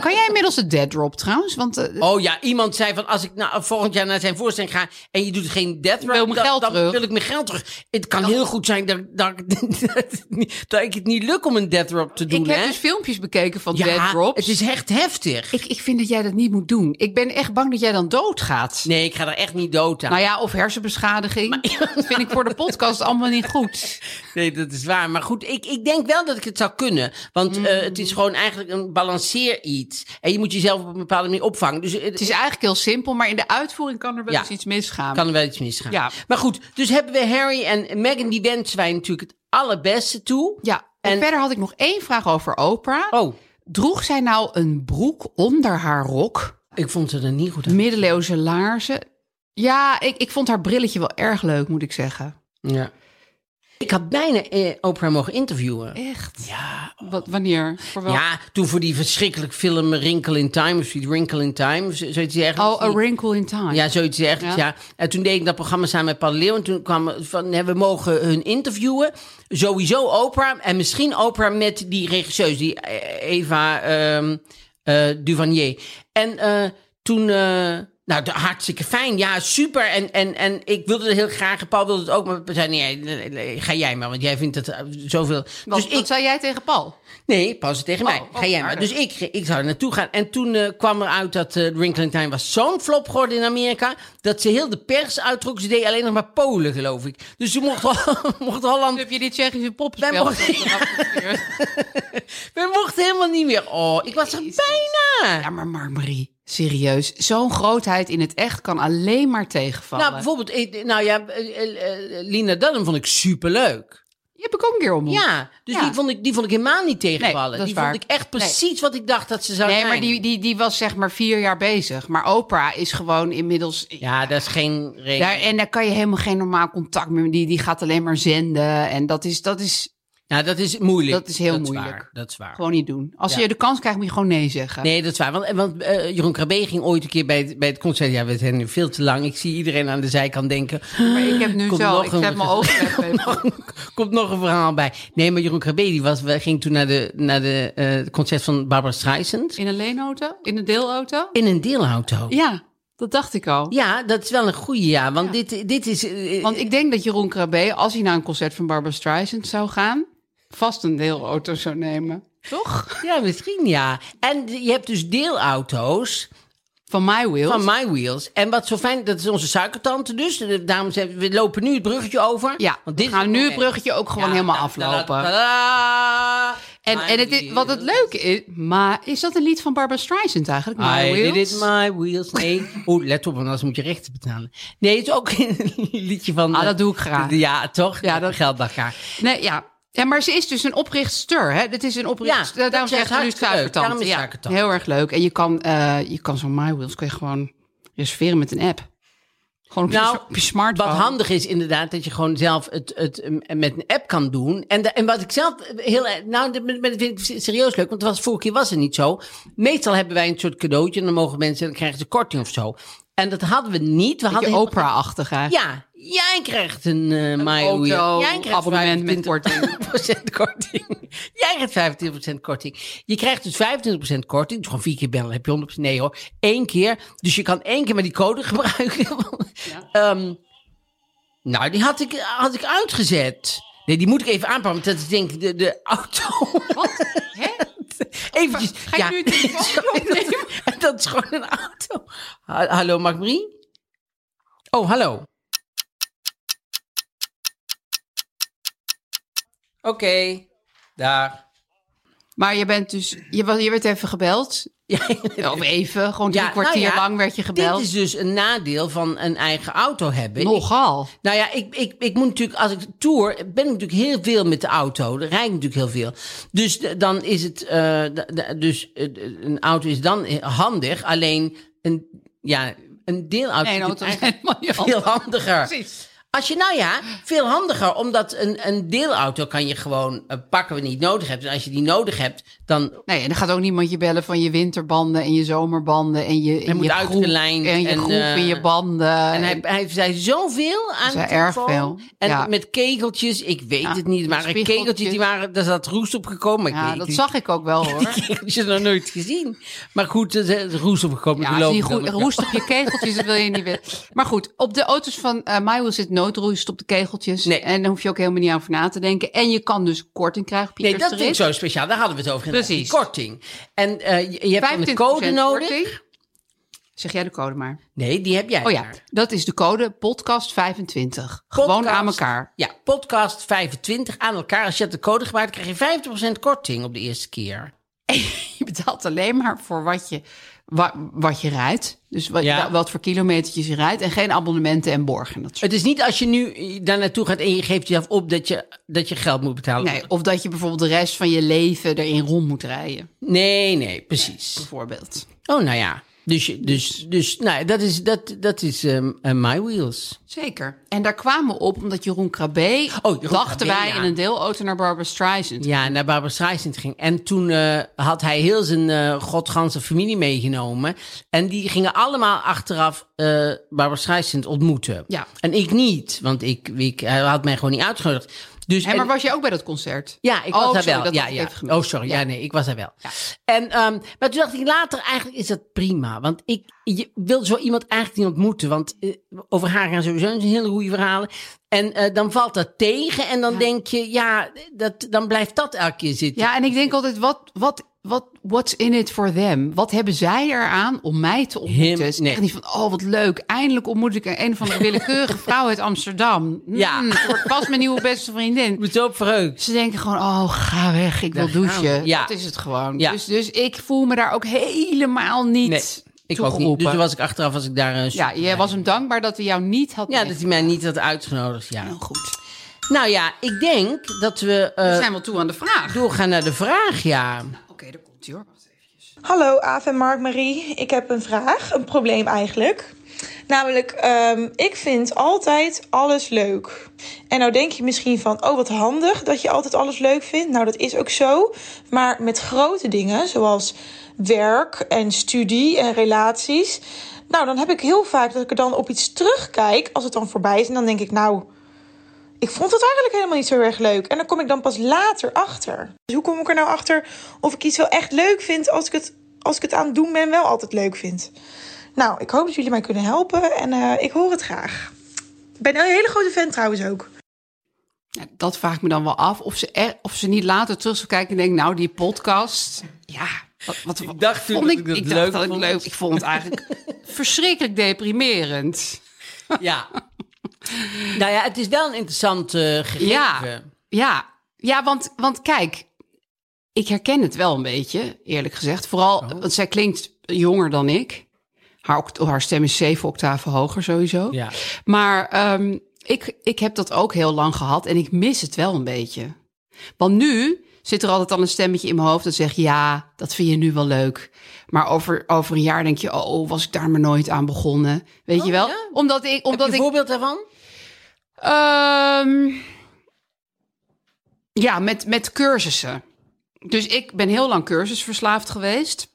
E: kan jij inmiddels de dead drop trouwens? Want eh,
F: Oh ja, iemand zei van als ik nou, volgend jaar naar zijn voorstelling ga en je doet geen death
E: wil mijn
F: dan,
E: geld
F: dan
E: terug.
F: wil ik mijn geld terug. Het kan heel goed zijn dat, dat, dat, dat ik het niet luk om een death rock te doen.
E: ik heb
F: hè?
E: dus filmpjes bekeken van dead drops.
F: Het is echt heftig.
E: ik, ik vind dat jij dat niet moet doen. Ik ben echt bang dat jij dan doodgaat.
F: Nee, ik ga er echt niet dood aan.
E: Nou ja, of hersenbeschadiging. Dat vind ik voor de podcast allemaal niet goed.
F: Nee, dat is waar. Maar goed, ik, ik denk wel dat ik het zou kunnen. Want eh, het is gewoon eigenlijk een balanceer iets. En je moet jezelf op een bepaalde manier opvangen. Dus het
E: Het is eigenlijk heel simpel, maar in de uitvoering kan er wel
F: Ja.
E: eens iets misgaan.
F: kan er wel iets misgaan.
E: Ja.
F: Maar goed, dus hebben we Harry en Meghan, die wensen wij natuurlijk het allerbeste toe.
E: Ja, en,
F: En-
E: verder had ik nog één vraag over Oprah.
F: Oh,
E: Droeg zij nou een broek onder haar rok?
F: ik vond het er niet goed aan.
E: Middeleeuwse laarzen? Ja, ik, ik vond haar brilletje wel erg leuk, moet ik zeggen.
F: Ja. Ik had bijna eh, Oprah mogen interviewen.
E: Echt? Ja. Wat, wanneer? Voor wel?
F: Ja, toen voor die verschrikkelijk film Wrinkle in Time, of zoiets, Wrinkle in Time, of zo- zoiets ergens.
E: Oh, A Wrinkle in Time.
F: Ja, zoiets echt. Ja.
E: Ja.
F: En toen deed ik dat programma samen met Paul de Leeuw. En toen kwam er van, hè, we mogen hun interviewen. Sowieso Oprah. En misschien Oprah met die regisseuse, die eh, Eva ehm, eh, Duvanier. En eh, toen... eh, nou, de- hartstikke fijn. Ja, super. En, en, en ik wilde het heel graag. en Paul wilde het ook. Maar we zeiden, nee, nee, nee, ga jij maar. Want jij vindt het eh, zoveel...
E: Wat,
F: dus
E: wat
F: ik
E: zei jij tegen Paul?
F: Nee, pas het tegen
E: Oh,
F: mij.
E: oh,
F: Ga jij maar.
E: aardig.
F: Dus ik, ik zou er naartoe gaan. En toen eh, kwam er uit dat eh Wrinkle in Time was zo'n flop geworden in Amerika... dat ze heel de pers uittrok. Ze deed alleen nog maar Polen, geloof ik. Dus ze mocht, Hol- mocht
E: Toen
F: Holland...
E: heb je die Tsjechische
F: Wij
E: poppenspel
F: mochten- We mochten helemaal niet meer. Oh, ik was er
E: Jezus.
F: bijna.
E: Ja, maar, maar Marie, serieus. Zo'n grootheid in het echt kan alleen maar tegenvallen.
F: nou, bijvoorbeeld... ik- nou ja, eh, eh, eh, Lina Dunham vond ik superleuk.
E: Die heb ik ook een keer ontmoet.
F: Ja, dus
E: Ja.
F: Die, vond ik, die vond ik helemaal niet tegenvallen.
E: Nee, dat is
F: die
E: waar.
F: vond ik echt
E: Nee.
F: precies wat ik dacht dat ze zou
E: Nee,
F: zijn.
E: maar die, die, die was zeg maar vier jaar bezig. Maar Oprah is gewoon inmiddels...
F: Ja, dat is geen reden.
E: Daar, en daar kan je helemaal geen normaal contact meer. Die, die gaat alleen maar zenden. En dat is, dat is
F: Nou, dat is moeilijk.
E: Dat is heel
F: waar,
E: moeilijk.
F: dat is waar.
E: gewoon niet doen. Als
F: Ja.
E: je de kans krijgt, moet je gewoon nee zeggen.
F: Nee, dat is waar. Want, want eh, Jeroen Krabbe ging ooit een keer bij het, bij het concert. Ja, we zijn nu veel te lang. Ik zie iedereen aan de zijkant denken.
E: Maar ik heb nu
F: Komt
E: zo,
F: nog
E: ik
F: een-
E: zet mijn ogen weg.
F: Komt nog, komt nog een verhaal bij. Nee, maar Jeroen Krabbe die was, we ging toen naar de, naar de, eh, het concert van Barbara Streisand.
E: In een leenauto? In een deelauto?
F: In een deelauto. Ja,
E: Ja, dat dacht ik al.
F: dat is wel een goede ja. Want Dit, dit is... eh,
E: Want ik denk dat Jeroen Krabbe, als hij naar een concert van Barbara Streisand zou gaan, vast een deelauto zou nemen. Toch?
F: ja, misschien ja. En je hebt dus deelauto's.
E: Van My Wheels.
F: Van My Wheels. En wat zo fijn, dat is onze suikertante dus. Daarom zijn we lopen nu het bruggetje over.
E: ja,
F: want
E: we
F: dit is
E: gaan nu het
F: moment.
E: bruggetje ook gewoon
F: Ja,
E: helemaal
F: ta-
E: aflopen.
F: ta-da-da-da.
E: en
F: My
E: en het is, wat het
F: wheels.
E: leuke is, maar is dat een lied van Barbara Streisand eigenlijk? My
F: I
E: Wheels?
F: did it my wheels. Nee. Oeh, let op, want anders moet je rechten betalen. Nee, het is ook een liedje van...
E: Ah,
F: eh,
E: dat doe ik graag.
F: Ja, toch?
E: Ja,
F: dat
E: dat-
F: geldt dan graag.
E: Nee, ja. ja, maar ze is dus een oprichtster. Hè? Dit is een
F: Ja,
E: oprichtster.
F: dat
E: daarom
F: is
E: zegt ze nu
F: hartstikke leuk.
E: suikertand.
F: Daarom is
E: ja,
F: suikertand.
E: Heel erg leuk. En je kan, eh, je kan zo'n My Wheels kun je gewoon reserveren met een app. Gewoon op,
F: Nou,
E: je, op je smartphone.
F: Wat handig is inderdaad, dat je gewoon zelf het, het eh, met een app kan doen. En, da- en wat ik zelf heel... Nou, dat ben- ben- vind ik serieus leuk, want het was, vorige keer was het niet zo. Meestal hebben wij een soort cadeautje en dan mogen mensen... dan krijgen ze korting of zo. En dat hadden we niet. We hadden
E: Beetje
F: heel-
E: Oprah-achtig eigenlijk.
F: Ja, jij krijgt een eh My
E: auto,
F: Wheel. Jij krijgt
E: abonnement met
F: 25% korting. Jij krijgt 25% korting. Je krijgt dus 25% korting. Dus gewoon vier keer bellen heb je 100%. Nee hoor, één keer. Dus je kan één keer maar die code gebruiken. Ehm, nou, die had ik, had ik uitgezet. Nee, die moet ik even aanpakken. Want dat is denk ik de, de auto.
E: Wat? Hè?
F: Eventjes.
E: Ga ik nu het telefoon
F: sorry, dat, dat is gewoon een auto. Ha- Hallo, Mark-Marie? Oh, hallo. Oké. Daar.
E: Maar je bent dus, je, wa- je werd even gebeld.
F: Ja,
E: Of even, gewoon drie
F: Ja, nou
E: kwartier
F: ja,
E: lang werd je gebeld.
F: dit is dus een nadeel van een eigen auto hebben.
E: Nogal.
F: Ik- nou ja, ik, ik, ik moet natuurlijk, als ik tour, ben ik natuurlijk heel veel met de auto. Dan rijd ik natuurlijk heel veel. Dus d- dan is het, eh, d- d- dus eh, d- een auto is dan handig. Alleen een, ja, een deelauto
E: Nee, een auto is
F: natuurlijk
E: helemaal niet
F: veel
E: handig.
F: handiger.
E: Precies.
F: Als je, nou ja, veel handiger, omdat een, een deelauto kan je gewoon eh, pakken wat je niet nodig hebt. En als je die nodig hebt, dan
E: Nee, en dan gaat ook niemand je bellen van je winterbanden en je zomerbanden en je, en
F: moet
E: je
F: uit de lijn
E: en je
F: en,
E: groep
F: eh,
E: en je banden.
F: En hij, hij zei zoveel aan
E: Zei
F: de
E: erg
F: telefoon.
E: veel,
F: En
E: ja.
F: met kegeltjes, ik weet
E: Ja,
F: het niet,
E: met
F: maar
E: spiegeltjes.
F: kegeltjes, die waren, daar zat roest op gekomen. maar ik
E: ja,
F: weet
E: dat
F: niet.
E: zag ik ook wel hoor.
F: Die kegeltjes nog nooit gezien. Maar goed, er is roest opgekomen.
E: Ja,
F: die
E: als
F: lopen
E: die
F: dan
E: groe-
F: nog wel.
E: roest op je kegeltjes, dat wil je niet willen. Maar goed, op de auto's van eh MyWheel zit nooit roest op de kegeltjes.
F: Nee.
E: En daar hoef je ook helemaal niet aan voor na te denken. En je kan dus korting krijgen op je
F: Nee,
E: eerste
F: dat vind ik
E: rit.
F: zo speciaal. Daar hadden we het over. inderdaad, die
E: Precies.
F: Korting. En eh, je, je hebt dan een
E: 25%
F: code nodig.
E: korting. Zeg jij de code maar.
F: Nee, die heb jij.
E: Oh ja,
F: daar.
E: dat is de code podcast25. Gewoon aan
F: Podcast-
E: elkaar.
F: Ja, podcast 25 aan elkaar. Als je dat de code gebruikt, krijg je 50% korting op de eerste keer.
E: Je betaalt alleen maar voor wat je, wa- wat je rijdt. Dus wat,
F: Ja.
E: wa- wat voor kilometertjes je rijdt. En geen abonnementen en borgen. Dat soort.
F: Het is niet als je nu eh, daar naartoe gaat en je geeft jezelf op dat je, dat je geld moet betalen.
E: Nee, of dat je bijvoorbeeld de rest van je leven erin rond moet rijden.
F: Nee, nee, precies.
E: Bijvoorbeeld.
F: Oh, nou ja. Dus, je- dus, dus nou, dat is, dat, dat is ehm, eh, My Wheels.
E: Zeker. En daar kwamen we op omdat Jeroen Krabbe,
F: Oh, Jeroen
E: dachten
F: Krabbe,
E: wij,
F: ja.
E: in een deelauto naar Barbara Streisand.
F: Ja, naar Barbara Streisand ging. En toen eh, had hij heel zijn eh godganse familie meegenomen. En die gingen allemaal achteraf eh Barbara Streisand ontmoeten.
E: Ja.
F: En ik niet, want ik, ik, hij had mij gewoon niet uitgenodigd. Dus,
E: Hé, maar
F: en-
E: was jij ook bij dat concert?
F: Ja, ik
E: Oh,
F: was daar
E: sorry,
F: wel.
E: dat
F: Ja,
E: had ik
F: ja.
E: even gemist.
F: Oh, sorry. Ja,
E: Ja.
F: nee, ik was daar wel.
E: Ja.
F: En, ehm, maar toen dacht ik later, eigenlijk is dat prima. Want ik je wil zo iemand eigenlijk niet ontmoeten. Want eh, over haar gaan sowieso een hele goede verhalen. En eh, dan valt dat tegen. En dan denk je, ja, dat, dan blijft dat elke keer zitten.
E: Ja, en ik denk altijd, wat, wat, wat, what's in it for them? Wat hebben zij eraan om mij te ontmoeten?
F: Him-
E: Het is
F: nee.
E: echt niet van, oh wat leuk, eindelijk ontmoet ik een, een van de willekeurige vrouw uit Amsterdam. Mm,
F: Ja.
E: ze wordt pas mijn nieuwe beste
F: Ik
E: vriendin.
F: ben zo verheugd.
E: Ze denken gewoon, oh ga weg, ik wil
F: Daar gaan
E: douchen.
F: we. Ja.
E: Dat is het gewoon.
F: Ja.
E: Dus, dus ik voel me daar ook helemaal niet
F: Nee, ik ook niet.
E: toegeroepen.
F: Dus toen was ik achteraf als ik daar... eh,
E: Ja, jij was hem dankbaar dat hij jou niet had
F: ja, dat hij mij niet had uitgenodigd. Ja.
E: Heel goed.
F: Nou ja, ik denk dat we eh,
E: We zijn wel toe aan de vraag. Oké,
F: doorgaan naar de vraag, ja.
E: daar komt hij hoor. Wacht even.
G: Hallo Aaf en Mark Marie. Ik heb een vraag, een probleem eigenlijk. Namelijk, ehm, ik vind altijd alles leuk. En nou denk je misschien van, oh wat handig dat je altijd alles leuk vindt. Nou, dat is ook zo. Maar met grote dingen, zoals werk en studie en relaties. Nou, dan heb ik heel vaak dat ik er dan op iets terugkijk als het dan voorbij is. En dan denk ik, nou, ik vond het eigenlijk helemaal niet zo erg leuk. En dan kom ik dan pas later achter. Dus hoe kom ik er nou achter of ik iets wel echt leuk vind als ik het, als ik het aan het doen ben wel altijd leuk vind? Nou, ik hoop dat jullie mij kunnen helpen en eh, ik hoor het graag. Ik ben een hele grote fan trouwens ook.
E: Ja, dat vraag ik me dan wel af. Of ze, er- of ze niet later terug zou kijken en denken, nou, die podcast. Ja, wat, wat, wat
F: dacht toen
E: vond
F: dat ik
E: ik,
F: dat
E: dacht
F: leuk
E: dat ik
F: vond.
E: leuk. Ik vond het eigenlijk verschrikkelijk deprimerend.
F: Ja. nou ja, het is wel een interessant eh, gegeven.
E: Ja, ja. ja want, want kijk, ik herken het wel een beetje, eerlijk gezegd. Vooral,
F: Oh.
E: want zij klinkt jonger dan ik. Haar, oct- haar stem is zeven octaven hoger sowieso.
F: Ja.
E: Maar ehm, ik, ik heb dat ook heel lang gehad en ik mis het wel een beetje. Want nu zit er altijd al een stemmetje in mijn hoofd dat zegt... ja, dat vind je nu wel leuk. Maar over, over een jaar denk je... oh, was ik daar maar nooit aan begonnen. Weet je wel?
F: Oh, ja?
E: Omdat ik... Omdat
F: Heb je
E: ik
F: een voorbeeld daarvan?
E: Ehm, ja, met, met cursussen. Dus ik ben heel lang cursusverslaafd geweest.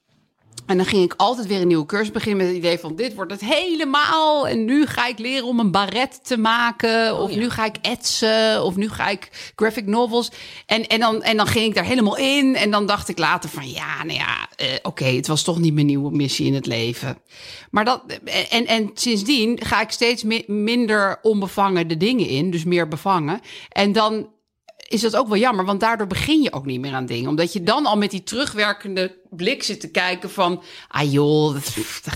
E: En dan ging ik altijd weer een nieuwe cursus beginnen met het idee van dit wordt het helemaal. En nu ga ik leren om een baret te maken. Of nu ga ik etsen. Of nu ga ik graphic novels. En, en, dan, en dan ging ik daar helemaal in. En dan dacht ik later van ja, nou ja, eh, oké, het was toch niet mijn nieuwe missie in het leven. Maar dat, eh, en, en sindsdien ga ik steeds mi- minder onbevangen de dingen in. Dus meer bevangen. En dan is dat ook wel jammer, want daardoor begin je ook niet meer aan dingen. Omdat je dan al met die terugwerkende blik zit te kijken van... ah joh, dat,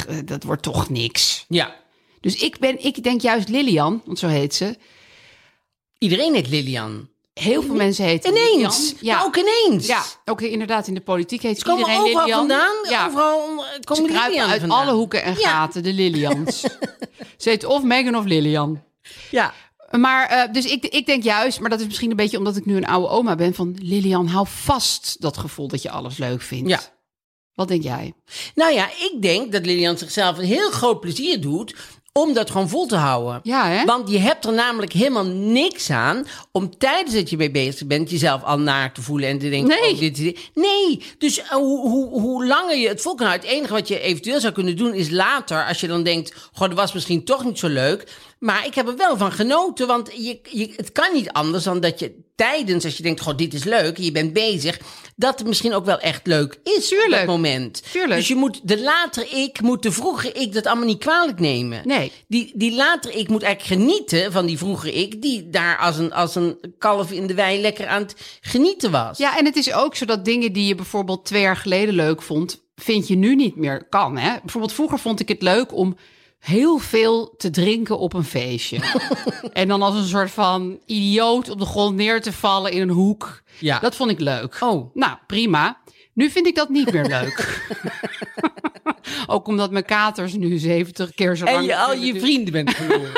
E: dat, dat wordt toch niks.
F: Ja.
E: Dus ik, ben, ik denk juist Lilian, want zo heet ze.
F: Iedereen heet Lilian.
E: Heel veel mensen heten
F: Ineens.
E: Lilian. Ja,
F: Maar ook ineens.
E: ja, ook inderdaad in de politiek heet
F: Ze komen
E: iedereen
F: overal
E: Lilian.
F: vandaan.
E: Ja.
F: Overal onder- het
E: Ze
F: komen
E: kruipen
F: Lilian
E: uit
F: vandaan.
E: alle hoeken en
F: Ja.
E: gaten, de Lilians. ze heet of Megan of Lilian.
F: Ja.
E: Maar eh, dus ik, ik denk juist, maar dat is misschien een beetje omdat ik nu een oude oma ben, van Lilian, hou vast dat gevoel dat je alles leuk vindt.
F: Ja.
E: Wat denk jij?
F: Nou ja, ik denk dat Lilian zichzelf een heel groot plezier doet om dat gewoon vol te houden.
E: Ja, hè?
F: Want je hebt er namelijk helemaal niks aan om tijdens dat je mee bezig bent jezelf al naar te voelen en te denken:
E: Nee.
F: oh, dit is. dit. Nee. Dus eh, hoe, hoe, hoe langer je het vol kan houden, het enige wat je eventueel zou kunnen doen is later, als je dan denkt: Goh, dat was misschien toch niet zo leuk. Maar ik heb er wel van genoten, want je, je, het kan niet anders dan dat je tijdens, als je denkt: Goh, dit is leuk, en je bent bezig, dat het misschien ook wel echt leuk is. op
E: Tuurlijk.
F: Dat moment.
E: Tuurlijk.
F: Dus je moet de latere ik moet de vroegere ik dat allemaal niet kwalijk nemen.
E: Nee.
F: Die, die latere ik moet eigenlijk genieten van die vroegere ik, die daar als een, als een kalf in de wei lekker aan het genieten was.
E: Ja, en het is ook zo dat dingen die je bijvoorbeeld twee jaar geleden leuk vond, vind je nu niet meer kan. Hè? Bijvoorbeeld vroeger vond ik het leuk om heel veel te drinken op een feestje. en dan als een soort van idioot op de grond neer te vallen in een hoek.
F: Ja.
E: Dat vond ik leuk.
F: Oh.
E: Nou, prima. Nu vind ik dat niet meer leuk. Ook omdat mijn katers nu 70 keer zo lang...
F: En je, al je
E: vrienden
F: vrienden bent verloren.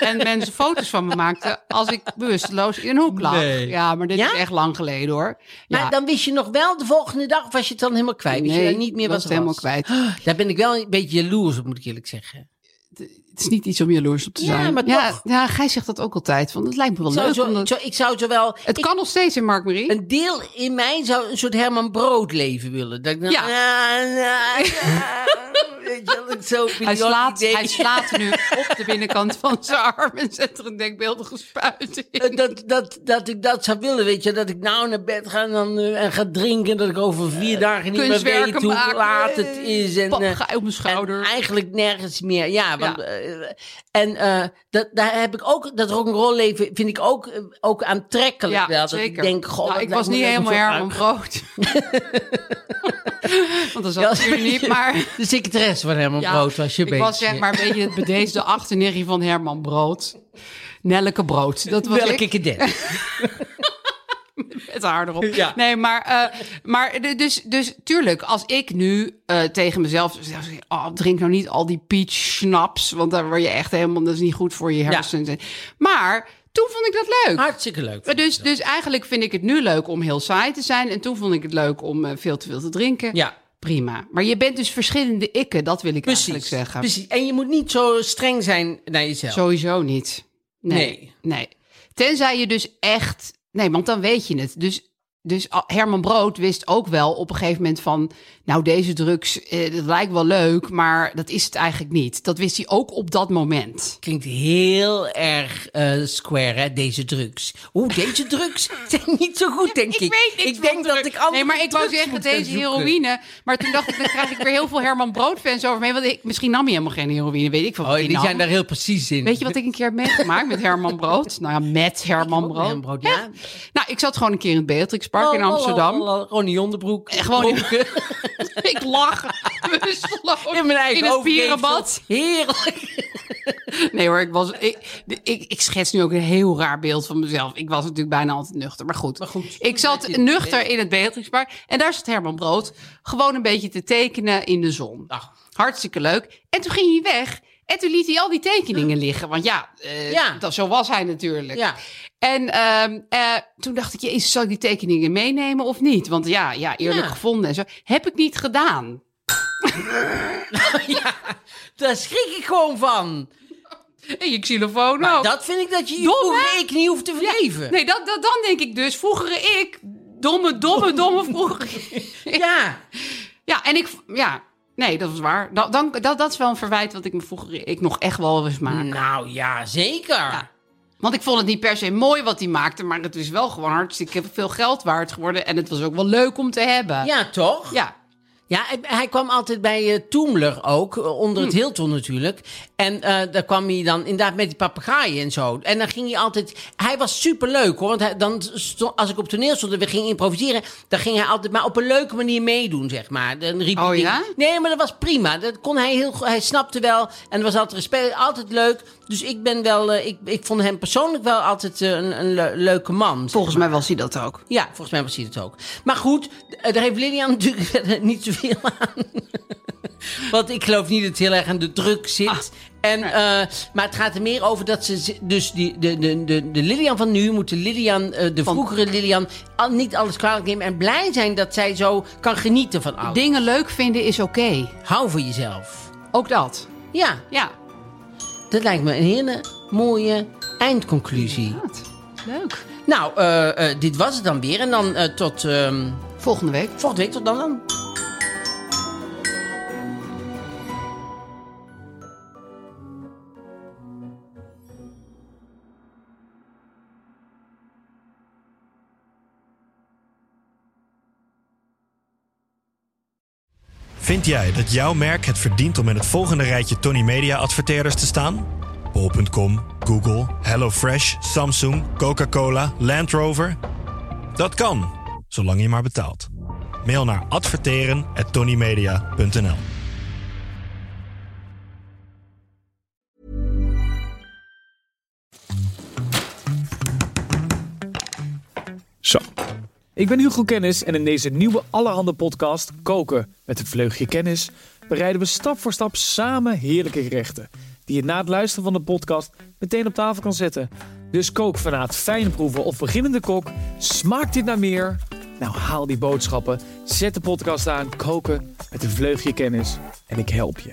E: En mensen foto's van me maakten als ik bewusteloos in een hoek lag.
F: Nee.
E: Ja, maar dit
F: Ja?
E: is echt lang geleden hoor. Ja.
F: Maar dan wist je nog wel de volgende dag, of was je het dan helemaal kwijt? Wist je
E: Nee,
F: dan niet meer wat
E: was het
F: er
E: helemaal kwijt.
F: Daar ben ik wel een beetje jaloers op, moet ik eerlijk zeggen.
E: Het is niet iets om jaloers op te
F: Ja,
E: zijn.
F: maar
E: ja,
F: toch.
E: ja, Gij zegt dat ook altijd. Want het lijkt me wel
F: Zou
E: leuk.
F: zo,
E: omdat-
F: zo- ik zou zowel...
E: het kan nog steeds in Mark Marie.
F: Een deel in mij zou een soort Herman Brood leven willen. Dat ik dan,
E: Ja.
F: Ah, ah, ah, weet je wel, dat ik zo
E: Hij slaat,
F: idee.
E: hij slaat nu op de binnenkant van zijn arm en zet er een denkbeeldige spuit in.
F: Eh, dat, dat, dat ik dat zou willen, weet je. Dat ik nou naar bed ga en, dan, eh, en ga drinken. Dat ik over vier dagen niet meer
E: Eh, kunstwerken
F: weet hoe
E: maken.
F: laat het is. En, eh,
E: Papagaai op mijn schouder.
F: en eigenlijk nergens meer. Ja, want,
E: Ja.
F: eh, en eh, dat, daar heb ik ook, dat rock'n'roll leven vind ik ook, eh, ook aantrekkelijk. wel. Dat Ik denk, god,
E: Nou,
F: dat
E: ik
F: lijkt
E: was
F: me
E: niet
F: leuk om
E: helemaal
F: zo
E: Herman
F: uit-
E: Brood. Want dat zat ik natuurlijk niet, maar...
F: De secretaresse van Herman
E: Ja,
F: Brood was je eh,
E: ik
F: bezig.
E: was zeg maar een beetje het bedeesde achternichtje van Herman Brood. Nelleke Brood. Dat was
F: Welke
E: ik.
F: cadet?
E: Het haar erop.
F: Ja.
E: Nee, maar, eh, maar de- dus, dus tuurlijk, als ik nu eh, tegen mezelf zeg, oh, drink nou niet al die peach snaps, want daar word je echt helemaal, dat is niet goed voor je hersenen. Maar toen vond ik dat leuk.
F: Hartstikke leuk.
E: Maar Dus, dus eigenlijk vind ik het nu leuk om heel saai te zijn. En toen vond ik het leuk om eh, veel te veel te drinken.
F: Ja.
E: Prima. Maar je bent dus verschillende ikken, dat wil ik eigenlijk zeggen.
F: Precies. En je moet niet zo streng zijn naar jezelf.
E: Sowieso niet. Nee.
F: Nee.
E: nee. Tenzij je dus echt... Nee, want dan weet je het. Dus, dus al- Herman Brood wist ook wel op een gegeven moment van... Nou, deze drugs, eh, dat lijkt wel leuk, maar dat is het eigenlijk niet. Dat wist hij ook op dat moment.
F: Klinkt heel erg eh, square, hè, deze drugs. Oeh, deze drugs zijn niet zo goed, denk ik.
E: niks
F: Ik
E: van
F: denk dat
E: druk.
F: ik andere
E: Nee, maar ik wou
F: drugs
E: zeggen,
F: moet gaan
E: deze
F: zoeken.
E: heroïne... Maar toen dacht ik, dan krijg ik weer heel veel Herman Brood-fans over me. Want ik, misschien nam hij helemaal geen heroïne, weet ik van
F: Oh,
E: wat hij
F: die
E: nam.
F: zijn daar heel precies in.
E: Weet je wat ik een keer heb meegemaakt met Herman Brood? Nou ja, met Herman
F: ook
E: Brood.
F: Herman Brood, ja.
E: Echt? Nou, ik zat gewoon een keer in het Beatrixpark in Amsterdam.
F: Ronnie Onderbroek.
E: En gewoon in,
F: Dronken.
E: ik lag bewusteloos
F: in mijn eigen
E: in het
F: overgeefsel.
E: pierenbad.
F: Heerlijk.
E: Nee hoor, ik, was, ik, ik, ik schets nu ook een heel raar beeld van mezelf. Ik was natuurlijk bijna altijd nuchter, maar goed.
F: goed,
E: ik zat nuchter in het Beatrixpark en daar zat Herman Brood gewoon een beetje te tekenen in de zon. Hartstikke leuk. En toen ging hij weg en toen liet hij al die tekeningen liggen. Want ja, eh,
F: Ja.
E: Dat, zo was hij natuurlijk.
F: Ja.
E: En ehm, eh, toen dacht ik, jezus, zal ik die tekeningen meenemen of niet? Want ja, ja eerlijk
F: Ja.
E: gevonden en zo. Heb ik niet gedaan.
F: Daar schrik ik gewoon van.
E: En je xylofoon
F: Maar
E: ook.
F: dat vind ik dat je je
E: Oh. Dom,
F: vroegere
E: hè?
F: ik niet hoeft te vergeven.
E: Ja, nee, dat, dat, dan denk ik dus, vroegere ik, domme, domme, domme vroeger.
F: Ja.
E: Ja, en ik, ja, nee, dat is waar. Dat, dan, dat, dat is wel een verwijt wat ik me vroeger ik nog echt wel eens maak.
F: Nou ja, zeker.
E: Want ik vond het niet per se mooi wat hij maakte, maar het is wel gewoon hartstikke veel geld waard geworden. En het was ook wel leuk om te hebben.
F: Ja, toch?
E: ja.
F: Ja, hij, hij kwam altijd bij eh, Toemler ook, eh, onder
E: Hm.
F: het Hilton natuurlijk. En eh, daar kwam hij dan inderdaad met die papegaaien en zo. En dan ging hij altijd... Hij was superleuk hoor, want hij, dan sto- als ik op toneel stond en we gingen improviseren... dan ging hij altijd maar op een leuke manier meedoen, zeg maar. Dan riep hij
E: Oh,
F: dingen-
E: ja?
F: Nee, maar dat was prima. Dat kon hij heel goed. Hij snapte wel. En er was altijd respect. Altijd leuk. Dus ik ben wel... eh, ik, ik vond hem persoonlijk wel altijd eh, een, een le- leuke man. zeg
E: Volgens mij was hij dat ook.
F: ja, volgens mij precies het ook. Maar goed, eh, daar heeft Lilian natuurlijk verder niet zoveel aan. Want ik geloof niet dat het heel erg aan de druk zit. en, eh, maar het gaat er meer over dat ze... zi- Dus die, de, de, de, de Lilian van nu moet de Lilian, eh, de vroegere Lilian... al- niet alles kwalijk nemen en blij zijn dat zij zo kan genieten van alles.
E: Dingen leuk vinden is oké.
F: Hou voor jezelf.
E: Ook dat.
F: Ja,
E: Ja.
F: dat lijkt me een hele mooie eindconclusie.
E: Leuk.
F: Nou, eh, eh, dit was het dan weer. En dan eh, tot... ehm,
E: Volgende week.
F: volgende week, tot dan dan.
H: Vind jij dat jouw merk het verdient om in het volgende rijtje Tony Media adverteerders te staan? Bol.com, Google, HelloFresh, Samsung, Coca-Cola, Land Rover? Dat kan, zolang je maar betaalt. Mail naar adverteren@tonymedia.nl.
I: Zo. Ik ben Hugo Kennis en in deze nieuwe Allerhande podcast Koken met een vleugje kennis
J: bereiden we stap voor stap samen heerlijke gerechten. Die je na het luisteren van de podcast meteen op tafel kan zetten. Dus kookfanaat, fijnproever of beginnende kok, smaakt dit naar meer? Nou, haal die boodschappen, zet de podcast aan, koken met een vleugje kennis en ik help je.